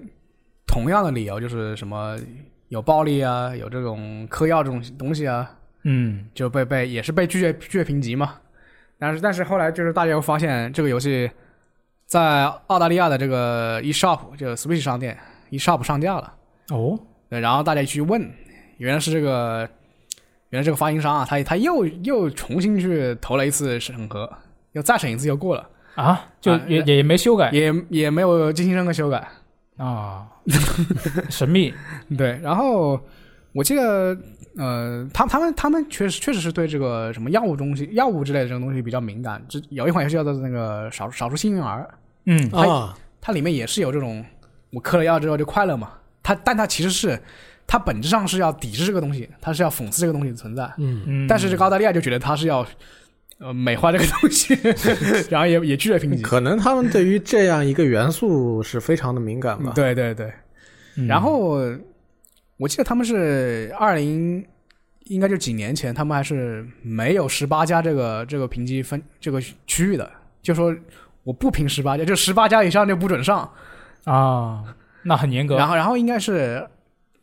S2: 同样的理由，就是什么有暴力啊，有这种嗑药这种东西啊，
S1: 嗯
S2: 就被被也是被拒绝拒绝评级嘛。但是但是后来就是大家又发现这个游戏在澳大利亚的这个 eShop 就 Switch 商店 eShop 上架了，
S1: 哦，
S2: 对然后大家去问，原来是这个原来这个发行商啊，他他又又重新去投了一次审核，又再审一次又过了，
S1: 啊，就
S2: 啊
S1: 也、也没修改
S2: 也也没有进行任何修改。 [laughs]
S1: 啊，神秘。
S2: 对，然后我记得，呃，他他们他们确实确实是对这个什么药物东西、药物之类的这种东西比较敏感。这有一款游戏叫做那个少《少数幸运儿》，
S1: 嗯
S3: 啊，
S2: 它里面也是有这种我嗑了药之后就快乐嘛。它但它其实是它本质上是要抵制这个东西，它是要讽刺这个东西的存在。
S3: 嗯，
S1: 嗯，
S2: 但是这个澳大利亚就觉得它是要呃美化这个东西， [laughs] 然后也也拒绝评级。
S3: 可能他们对于这样一个元素是非常的敏感吧。
S2: 嗯对对对，
S1: 嗯
S2: 然后我记得他们是二零，应该就几年前，他们还是没有十八加这个这个评级分这个区域的，就说我不评十八加，就十八加以上就不准上。
S1: 啊，那很严格。
S2: 然后然后应该是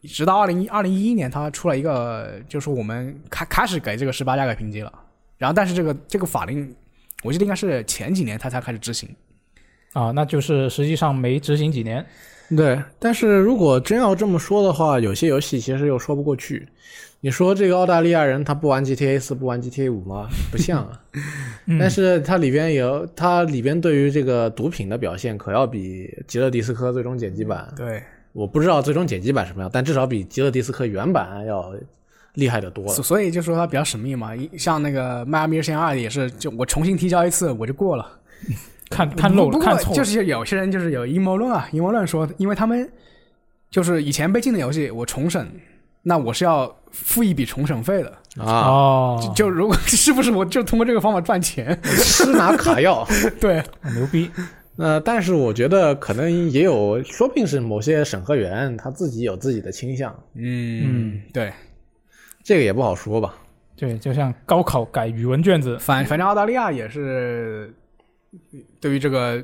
S2: 直到二零二零一一年，他出了一个，就是我们开开始给这个十八加给评级了。然后但是这个这个法令，我记得应该是前几年他才开始执行。
S1: 啊，那就是实际上没执行几年。
S3: 对，但是如果真要这么说的话，有些游戏其实又说不过去。你说这个澳大利亚人他不玩 GTA 四，不玩 GTA 五吗？不像啊。但是它里边有，它里边对于这个毒品的表现，可要比《极乐迪斯科》最终剪辑版，
S2: 对，
S3: 我不知道最终剪辑版什么样，但至少比《极乐迪斯科》原版要厉害的多了
S2: 所。所以就说它比较神秘嘛，一像那个《迈阿密热线二》也是，就我重新提交一次我就过了，
S1: 看看漏
S2: 不
S1: 了，
S2: 不
S1: 看
S2: 过
S1: 错了，
S2: 就是有些人就是有阴谋论啊，阴谋论说，因为他们就是以前被禁的游戏，我重审，那我是要付一笔重审费的，
S3: 啊，
S1: 哦，
S2: 就如果 [laughs] 是不是我就通过这个方法赚钱？ [laughs]
S3: 吃拿卡要。
S2: 对，
S1: 牛逼。
S3: 那但是我觉得可能也有，说不定是某些审核员他自己有自己的倾向，
S2: 嗯，对，
S3: 这个也不好说吧。
S1: 对，就像高考改语文卷子，
S2: 反反正澳大利亚也是对于这个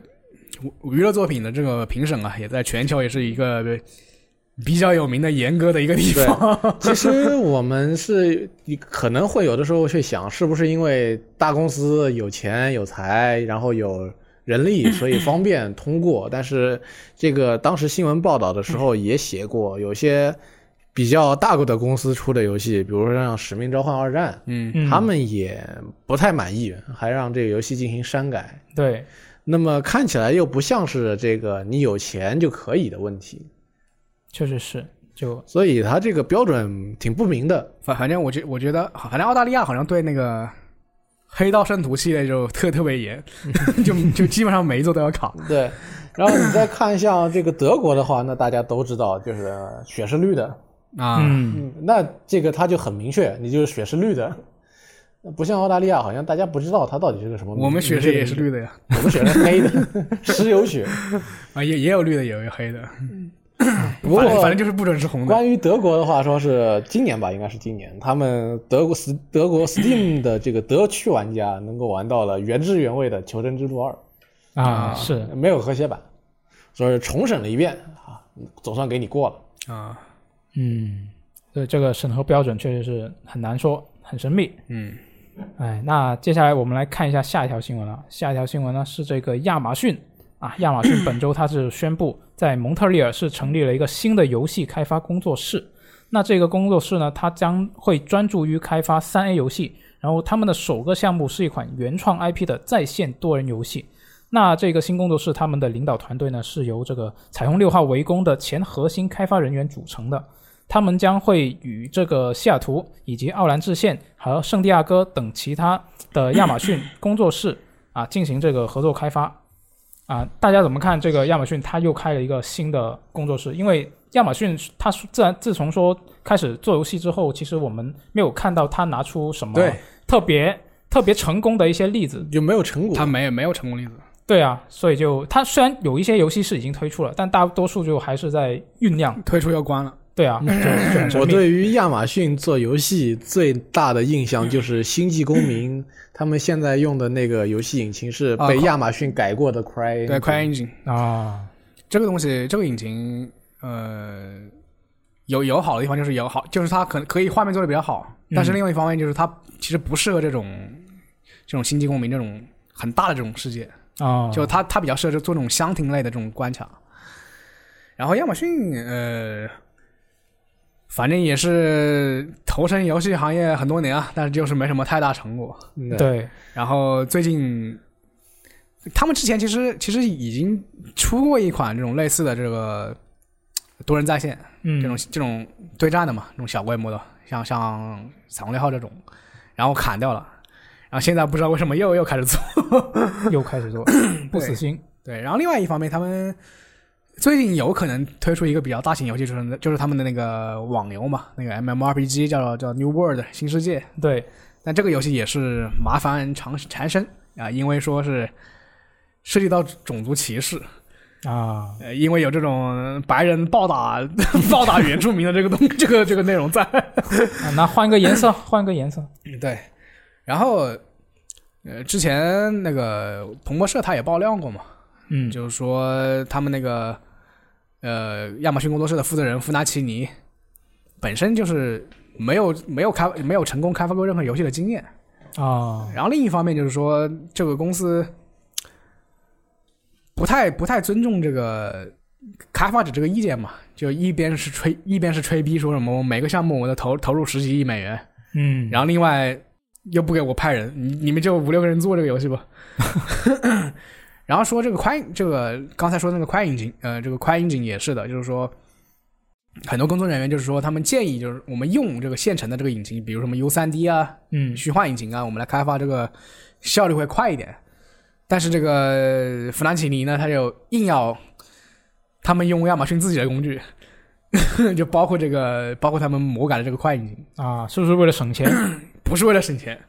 S2: 娱乐作品的这个评审啊，也在全球也是一个比较有名的严格的一个地方。
S3: 其实我们是你可能会有的时候去想，是不是因为大公司有钱有才，然后有人力，所以方便通过。但是这个当时新闻报道的时候也写过，有些比较大的公司出的游戏，比如说像《使命召唤：二战》，
S2: 嗯，
S1: 嗯
S3: 他们也不太满意，还让这个游戏进行删改。
S1: 对，
S3: 那么看起来又不像是这个你有钱就可以的问题，
S1: 确实是，就
S3: 所以它这个标准挺不明的。
S2: 反反正我觉我觉得，好反正澳大利亚好像对那个黑道圣徒系列就特特别严，就就基本上每一座都要卡。
S3: 对，然后你再看像这个德国的话，那大家都知道就是血是绿的，
S2: 啊，
S1: 嗯，
S3: 嗯，那这个它就很明确，你就是血是绿的，不像澳大利亚，好像大家不知道它到底是个什么名字。
S2: 我们血是也是绿的呀，
S3: 我们血是黑 [laughs] 的，石油血。
S2: 啊也也有绿的，也有黑的，
S3: 不
S2: 嗯
S3: 过
S2: 反正反正就是不准是红的。
S3: 关于德国的话，说是今年吧，应该是今年，他们德国斯德国 Steam 的这个德区玩家能够玩到了原汁原味的《求生之路二
S1: 啊是》，，
S3: 没有和谐版，说是重审了一遍啊，总算给你过了。
S2: 啊，
S1: 嗯，对这个审核标准确实是很难说，很神秘。
S2: 嗯，
S1: 哎，那接下来我们来看一下下一条新闻啊。下一条新闻呢是这个亚马逊啊，亚马逊本周它是宣布在蒙特利尔是成立了一个新的游戏开发工作室。那这个工作室呢，它将会专注于开发三 A 游戏，然后他们的首个项目是一款原创 IP 的在线多人游戏。那这个新工作室他们的领导团队呢，是由这个彩虹六号围攻的前核心开发人员组成的。他们将会与这个西雅图以及奥兰治县和圣地亚哥等其他的亚马逊工作室啊进行这个合作开发。啊，大家怎么看这个亚马逊？它又开了一个新的工作室，因为亚马逊它是自然自从说开始做游戏之后，其实我们没有看到它拿出什么
S3: 对，
S1: 特别特别成功的一些例子。
S3: 就没有成果。
S2: 他没有没有成功例子。
S1: 对啊，所以就它虽然有一些游戏是已经推出了，但大多数就还是在酝酿。
S2: 推出要关了，
S1: 对啊，就就
S2: 嗯
S1: 很神
S3: 我
S1: 秘
S3: 对于亚马逊做游戏最大的印象就是《星际公
S1: [laughs]
S3: 民》，他们现在用的那个游戏引擎是
S2: 啊
S3: 被
S2: 快
S3: 亚马逊改过的 Cry。
S2: 对 CryEngine
S1: 啊，
S2: 这个东西，这个引擎，呃，有有好的地方就是有好，就是它可能可以画面做的比较好，但是
S1: 嗯
S2: 另外一方面就是它其实不适合这种这种星际公民这种很大的这种世界，
S1: 啊，
S2: 就它它比较适合做这种箱庭类的这种关卡。然后亚马逊，呃，反正也是投身游戏行业很多年啊，但是就是没什么太大成果。
S3: 嗯
S1: 对，
S2: 然后最近，呃他们之前其实其实已经出过一款这种类似的这个呃多人在线
S1: 嗯，
S2: 这种、这种对战的嘛，这种小规模的，像像彩虹六号这种，然后砍掉了，然后现在不知道为什么又又开始做。
S1: 又开
S2: [coughs]
S1: 始做，不死心
S2: 对，然后另外一方面，他们最近有可能推出一个比较大型游戏，就是就是他们的那个网游嘛，那个 MMORPG 叫叫 New World 新世界，
S1: 对，
S2: 但这个游戏也是麻烦缠缠身啊，因为说是涉及到种族歧视，
S1: 啊，
S2: 呃，因为有这种白人暴打 [laughs] 暴打原住民的这个东这个这个内容在。
S1: 啊那换个颜
S2: [coughs]
S1: 色，换个颜色，
S2: 嗯对，然后呃，之前那个彭博社他也爆料过嘛，
S1: 嗯，
S2: 就是说他们那个呃亚马逊工作室的负责人弗纳奇尼本身就是没有没有开没有成功开发过任何游戏的经验。
S1: 啊，
S2: 然后另一方面就是说，这个公司不太不太尊重这个开发者这个意见嘛，就一边是吹一边是吹逼，说什么我每个项目我都投投入十几亿美元，
S1: 嗯，
S2: 然后另外又不给我派人，你你们就五六个人做这个游戏吧。 [laughs] 然后说这个快这个刚才说那个快引擎，呃，这个快引擎也是的，就是说很多工作人员就是说他们建议就是我们用这个现成的这个引擎，比如什么 U 3 D 啊，
S1: 嗯，
S2: 虚幻引擎啊，我们来开发这个效率会快一点。但是这个弗兰奇尼呢，他就硬要他们用亚马逊自己的工具，就包括这个包括他们魔改的这个快引擎，
S1: 啊，是不是为了省
S2: [coughs]
S1: 钱？
S2: 不是为了省钱，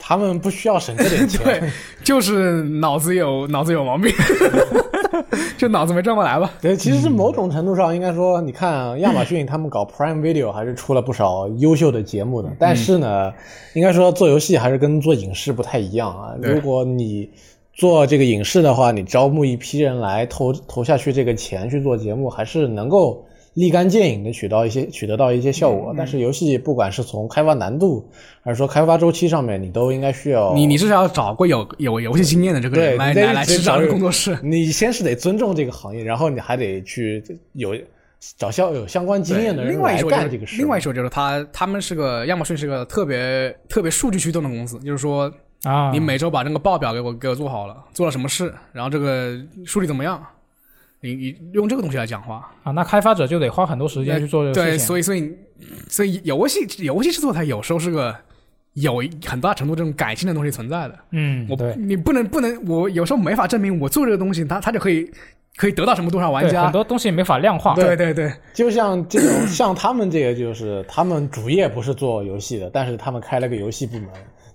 S3: 他们不需要省
S1: [laughs]
S3: 这点钱。
S2: 对，就是脑子有脑子有
S3: [laughs]
S2: 毛病，就脑子没转过来吧。
S3: 对，其实是某种程度上应该说，你看啊亚马逊他们搞 Prime Video 还是出了不少优秀的节目的，
S2: 嗯
S3: 但是呢，应该说做游戏还是跟做影视不太一样啊。
S2: 对
S3: 如果你做这个影视的话，你招募一批人来投投下去这个钱去做节目，还是能够立竿见影的取到一些取得到一些效果。
S2: 嗯
S3: 但是游戏不管是从开发难度，还是说开发周期上面，你都应该需要
S2: 你你至少要找过有有游戏经验的这个
S3: 对
S2: 人来
S3: 你得
S2: 来来
S3: 去
S2: 去
S3: 找
S2: 找这
S3: 人
S2: 个工作室。
S3: [laughs] 你先是得尊重这个行业，然后你还得去有找相有相关经验
S2: 对
S3: 的人
S2: 另外一
S3: 来
S2: 说就
S3: 干
S2: 是
S3: 这个事。
S2: 另外一说就是他他们是个亚马逊是个特别特别数据驱动的公司，就是说
S1: 啊，
S2: 你每周把这个报表给我给我做好了，做了什么事，然后这个数据怎么样，你你用这个东西来讲话。
S1: 啊，那开发者就得花很多时间去做这个
S2: 对，
S1: 事情。
S2: 所以所以所以游戏游戏制作它有时候是个有很大程度这种感性的东西存在的。
S1: 嗯，
S2: 我
S1: 对，
S2: 你不能不能，我有时候没法证明我做这个东西，它它就可以可以得到什么多少玩
S1: 对，很
S2: 家。
S1: 多东西没法量化。
S2: 对对对，
S3: 就像这种像他们这个，就是他们主业不是做游戏的，但是他们开了个游戏部门，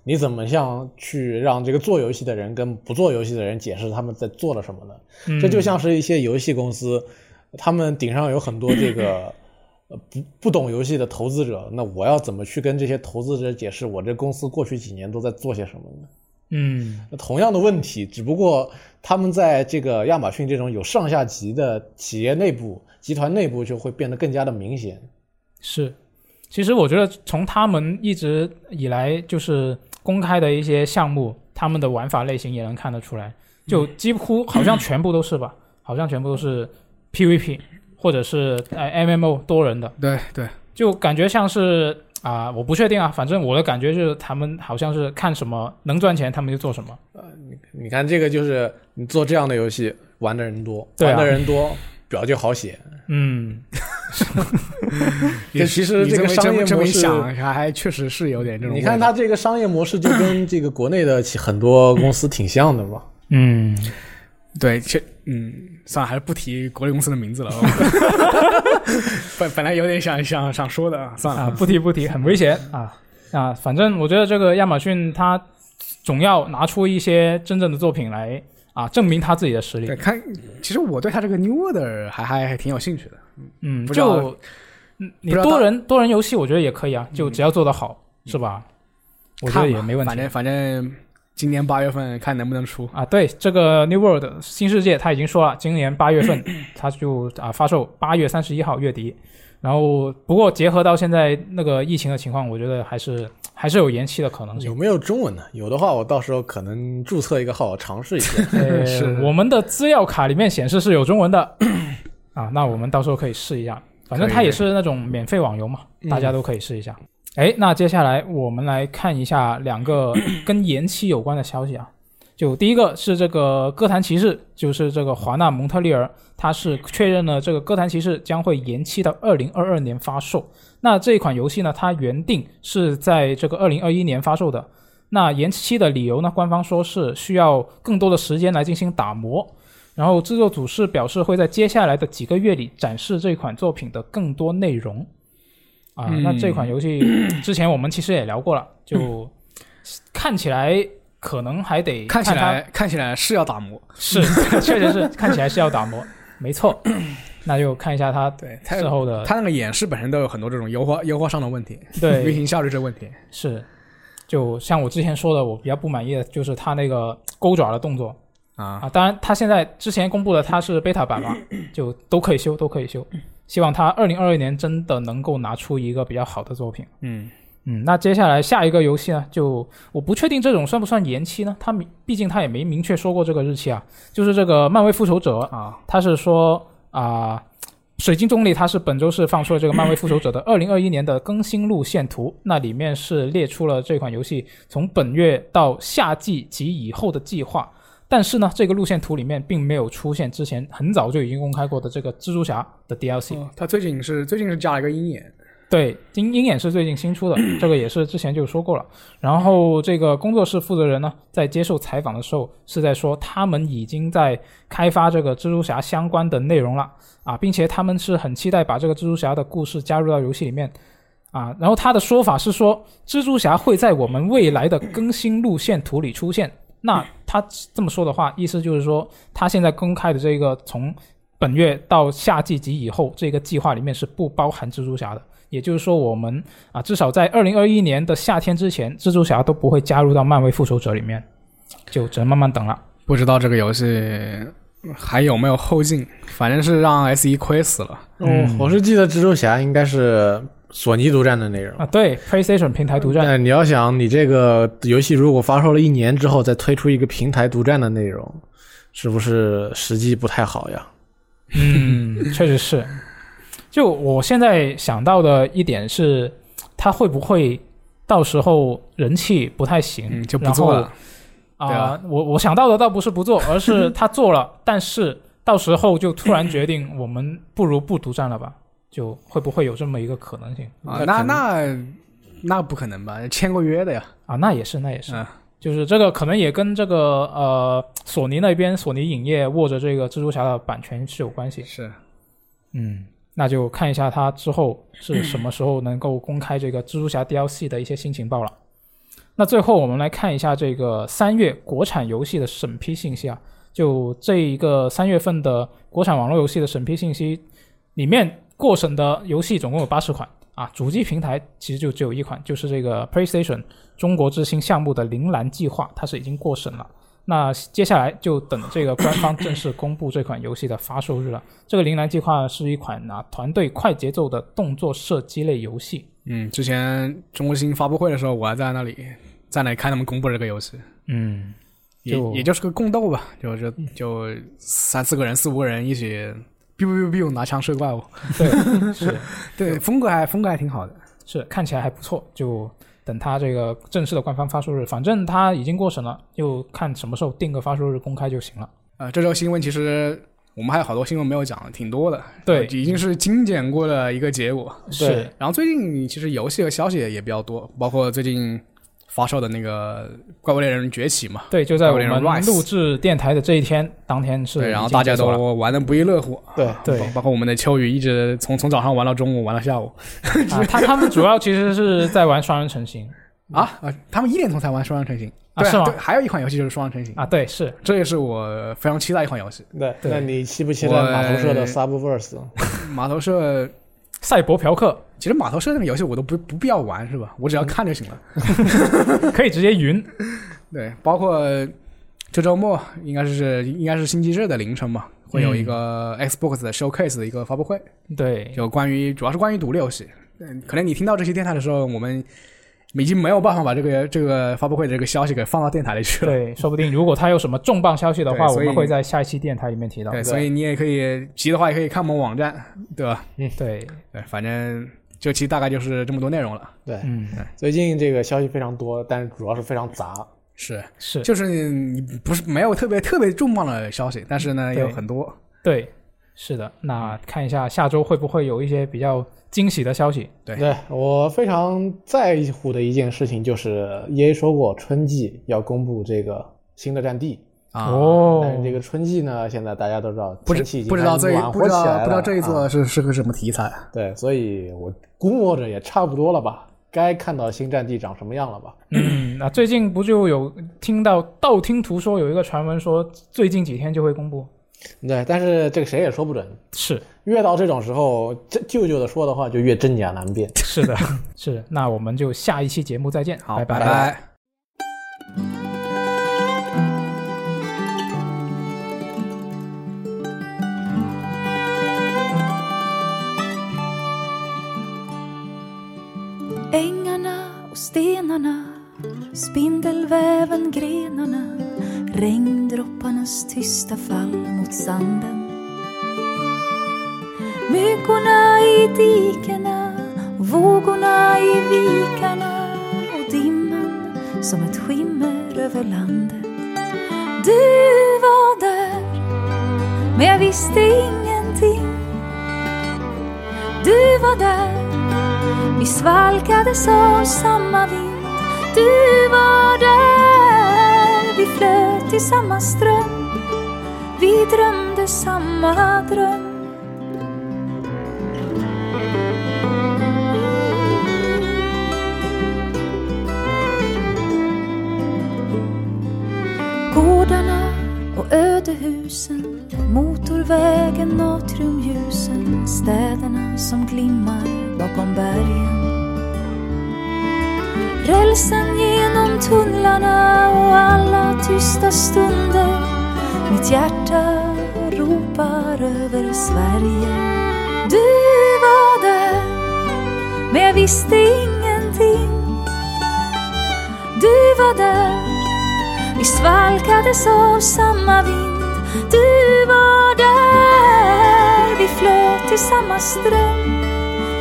S3: 你怎么像去让这个做游戏的人跟不做游戏的人解释他们在做了什么呢？这就像是一些游戏公司，他们顶上有很多这个呃不不懂游戏的投资者，那我要怎么去跟这些投资者解释我这公司过去几年都在做些什么呢？
S1: 嗯，
S3: 那同样的问题，只不过他们在这个亚马逊这种有上下级的企业内部、集团内部就会变得更加的明显。
S1: 是。其实我觉得从他们一直以来就是公开的一些项目，他们的玩法类型也能看得出来，就几乎好像全部都是吧，好像全部都是 PVP 或者是呃 MMO 多人的，
S2: 对对，
S1: 就感觉像是啊、我不确定啊，反正我的感觉就是他们好像是看什么能赚钱他们就做什么。
S3: 你看，这个就是你做这样的游戏，玩的人多，
S1: 对啊
S3: 玩的人多，表就好写。
S1: 嗯，
S3: 这其实
S2: 你
S3: 这个
S2: 么
S3: 商业
S2: 这么
S3: 模
S2: 一
S3: 式
S2: 想，还还确实是有点这种味
S3: 你
S2: 道。
S3: 看它这个商业模式就跟这个国内的其很多公司挺像的嘛。
S1: 嗯，
S2: 对，其嗯，算了，还是不提国内公司的名字了。
S1: [laughs]
S2: 本本来有点想想想说的，啊，嗯算了。
S1: 啊，不提不提，很危险啊啊！反正我觉得这个亚马逊它总要拿出一些真正的作品来啊，证明他自己的实力
S2: 对，。看，其实我对他这个 New Order 还还还挺有兴趣的。
S1: 嗯，
S2: 不知道
S1: 就嗯你
S2: 不知道
S1: 多
S2: 他
S1: 人多人游戏，我觉得也可以啊，就只要做得好，是吧？我觉得
S2: 看
S1: 也
S2: 吧
S1: 没问
S2: 反
S1: 题
S2: 正反正今年八月份看能不能出。
S1: 啊。对，这个 New World 新世界他已经说了，今年八月
S2: [coughs]
S1: 份他就啊发售，八月三十一号月底。然后，不过结合到现在那个疫情的情况，我觉得还是还是有延期的可能性。
S3: 有没有中文的？有的话，我到时候可能注册一个号尝试一下。
S1: [laughs] 呃
S2: 是
S1: 我们的资料卡里面显示是有中文的 [coughs] 啊，那我们到时候可以试一下，反正
S2: 可以
S1: 它也是那种免费网游嘛，大家都可以嗯试一下。哎，那接下来我们来看一下两个 [coughs] 跟延期有关的消息啊。就第一个是这个《哥谭骑士》，就是这个华纳蒙特利尔，它是确认了这个《哥谭骑士》将会延期到二零二二年发售。那这一款游戏呢，它原定是在这个二零二一年发售的，那延期的理由呢？官方说是需要更多的时间来进行打磨。然后制作组是表示会在接下来的几个月里展示这款作品的更多内容。啊，
S2: 嗯
S1: 那这款游戏之前我们其实也聊过
S2: [coughs]
S1: 了，就看起来可能还得
S2: 看起
S1: 它
S2: 来看起来是要打磨， [laughs]
S1: 是，确实是看起来是要打磨，没错。那就看一下它
S2: 对他
S1: 之后的
S2: 他那个演示本身都有很多这种优化优化上的问题，
S1: 呃对
S2: [laughs] 运行效率这个问题。
S1: 是，就像我之前说的，我比较不满意的就是它那个钩爪的动作，
S2: 啊，
S1: 啊，当然，它现在之前公布的它是 beta 版嘛，就都可以修，都可以修。
S2: 嗯
S1: 希望它二零二二年真的能够拿出一个比较好的作品。
S2: 嗯，
S1: 嗯，那接下来下一个游戏呢，就我不确定这种算不算延期呢？它明毕竟它也没明确说过这个日期啊。就是这个漫威复仇者，
S2: 啊，
S1: 它是说啊、水晶中立它是本周是放出了这个漫威复仇者的二零二一年的更新路线图，那里面是列出了这款游戏从本月到夏季及以后的计划。但是呢，这个路线图里面并没有出现之前很早就已经公开过的这个蜘蛛侠的 DLC。
S2: 哦他最近是最近是加了一个鹰眼，
S1: 对，鹰鹰眼是最近新出的，这个也是之前就说过了。然后这个工作室负责人呢，在接受采访的时候是在说，他们已经在开发这个蜘蛛侠相关的内容了啊，并且他们是很期待把这个蜘蛛侠的故事加入到游戏里面啊。然后他的说法是说，蜘蛛侠会在我们未来的更新路线图里出现。那他这么说的话，意思就是说，他现在公开的这个从本月到夏季及以后这个计划里面是不包含蜘蛛侠的。也就是说，我们啊，至少在二零二一年的夏天之前，蜘蛛侠都不会加入到漫威复仇者里面，就只能慢慢等了。
S2: 不知道这个游戏还有没有后劲？反正是让 S 一亏死了。
S3: 嗯，我是记得蜘蛛侠应该是索尼独占的内容。
S1: 啊，对，PlayStation 平台独占，
S3: 但你要想，你这个游戏如果发售了一年之后再推出一个平台独占的内容，是不是时机不太好呀？
S1: 嗯，确实是。就我现在想到的一点是，它会不会到时候人气不太行，
S2: 嗯，就不做
S1: 然后
S2: 了。
S1: 啊、
S2: 对啊
S1: 我我想到的倒不是不做，而
S2: [laughs]
S1: 是他做了，但是到时候就突然决定，我们不如不独占了吧？就会不会有这么一个可能性
S2: 啊，那
S3: 那可
S2: 那那不可能吧？签过约的呀。
S1: 啊？那也是，那也是，
S2: 嗯
S1: 就是这个可能也跟这个呃索尼那边索尼影业握着这个蜘蛛侠的版权是有关系。
S2: 是，
S1: 嗯，那就看一下他之后是什么时候能够公开这个蜘蛛侠 DLC 的一些新情报了。那最后我们来看一下这个三月国产游戏的审批信息啊，就这一个三月份的国产网络游戏的审批信息里面，过审的游戏总共有八十款啊，主机平台其实就只有一款，就是这个 PlayStation 中国之星项目的《铃兰计划》，它是已经过审了。那接下来就等这个官方正式公布这款游戏的发售日了。这个《铃兰计划》是一款啊团队快节奏的动作射击类游戏。
S2: 嗯，之前中国星发布会的时候，我还在那里在那里看他们公布这个游戏，
S1: 嗯，
S2: 也
S1: 就嗯
S2: 也就是个共斗吧，就就就三四个人、四五个人一起 biu biu biu biu 拿枪射怪物，
S1: 对，是
S2: 对，风格还风格还挺好的。
S1: 是，看起来还不错。就等它这个正式的官方发售日，反正它已经过审了，就看什么时候定个发售日公开就行了。
S2: 呃，这周新闻其实我们还有好多新闻没有讲，挺多的。
S1: 对
S2: 已经是精简过的一个结果。
S1: 是，
S2: 然后最近其实游戏和消息也比较多，包括最近发售的那个《怪物猎人崛起》嘛，
S1: 对，就在我
S2: 有点
S1: 们
S2: rise
S1: 录制电台的这一天，当天是
S2: 对，然后
S1: 已经
S2: 大家
S1: 解锁了
S2: 都玩的不亦乐乎。
S3: 对
S1: 对
S2: 包包括我们的秋雨一直从从早上玩到中午，玩到下午
S1: 啊，他他们主要其实是在玩双人成行
S2: 啊啊！他们一点钟才玩双人成行，
S1: 啊
S2: 对
S1: 是吗
S2: 对，还有一款游戏就是双人成行，
S1: 啊，对，是
S2: 这也是我非常期待一款游戏。
S3: 对，
S1: 对
S3: 那你期不期待码头社
S2: 我
S3: 的 Subverse？
S2: 码头社，
S1: 赛博嫖客，
S2: 其实码头社那个游戏我都不不必要玩是吧？我只要看就行了。
S1: 可以直接云
S2: 对，包括这周末应该是应该是星期日的凌晨嘛，会有一个 Xbox 的 Showcase 的一个发布会，
S1: 对，
S2: 就关于主要是关于独立游戏。嗯，可能你听到这期电台的时候，我们已经没有办法把这个这个发布会的这个消息给放到电台里 [laughs] 去了。
S1: 对，说不定如果他有什么重磅消息的话，
S2: 对
S1: 我
S2: 所以
S1: 们会在下一期电台里面提到。
S2: 对，所以你也可以急的话，也可以看我们网站，对吧？
S1: 对，
S2: 对，反正这期大概就是这么多内容了。
S3: 对，
S1: 嗯，
S3: 最近这个消息非常多，但是主要是非常杂。
S2: 是，
S1: 是
S2: 就是你不是没有特别特别重磅的消息，但是呢
S1: 对
S2: 有很多。
S1: 对，是的。那
S2: 嗯
S1: 看一下下周会不会有一些比较惊喜的消息？
S2: 对
S3: 对我非常在乎的一件事情就是，E A 说过春季要公布这个新的战地，
S2: 啊
S3: 但是这
S1: 哦，
S3: 个春季呢，现在大家都知道
S2: 不
S3: 天气已
S2: 知
S3: 经
S2: 不知道这一
S3: 暖
S2: 不
S3: 和
S2: 知
S3: 起来
S2: 道
S3: 了
S2: 不知道这一
S3: 啊
S2: 座是是个什么题材？
S3: 对，所以我估摸着也差不多了吧，该看到新战地长什么样了吧？
S1: 嗯，那最近不就有听到道听途说有一个传闻说最近几天就会公布？
S3: 对，但是这个谁也说不准，
S1: 是
S3: 越到这种时候，这舅舅的说的话就越真假难辨。
S1: 是的，是。那我们就下一期节目再见，
S2: 好，
S1: 拜
S2: 拜
S1: 拜。
S2: 拜。
S4: Ängarna och stenarna, spindelväven, grenarna, regndropparnas tysta fall mot sanden. Myggorna i dikena, vågorna i vikarna och dimman som ett skimmer över landet. Du var där, men jag visste ingenting. Du var där vi svalkades av samma vind Du var där Vi flöt i samma ström Vi drömde samma dröm Gårdarna och ödehusen Motorvägen, natriumljusen Städerna som glimmar bakom bergen Rälsen genom tunnlarna och alla tysta stunder Mitt hjärta ropar över Sverige. Du var där, men jag visste ingenting. Du var där, vi svalkades av samma vind. Du var där, vi flöt i samma ström.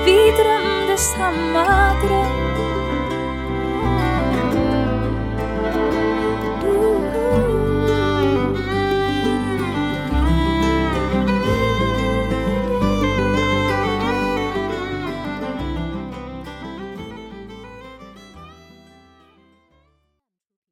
S4: Vi drömde samma dröm. Mm. Mm.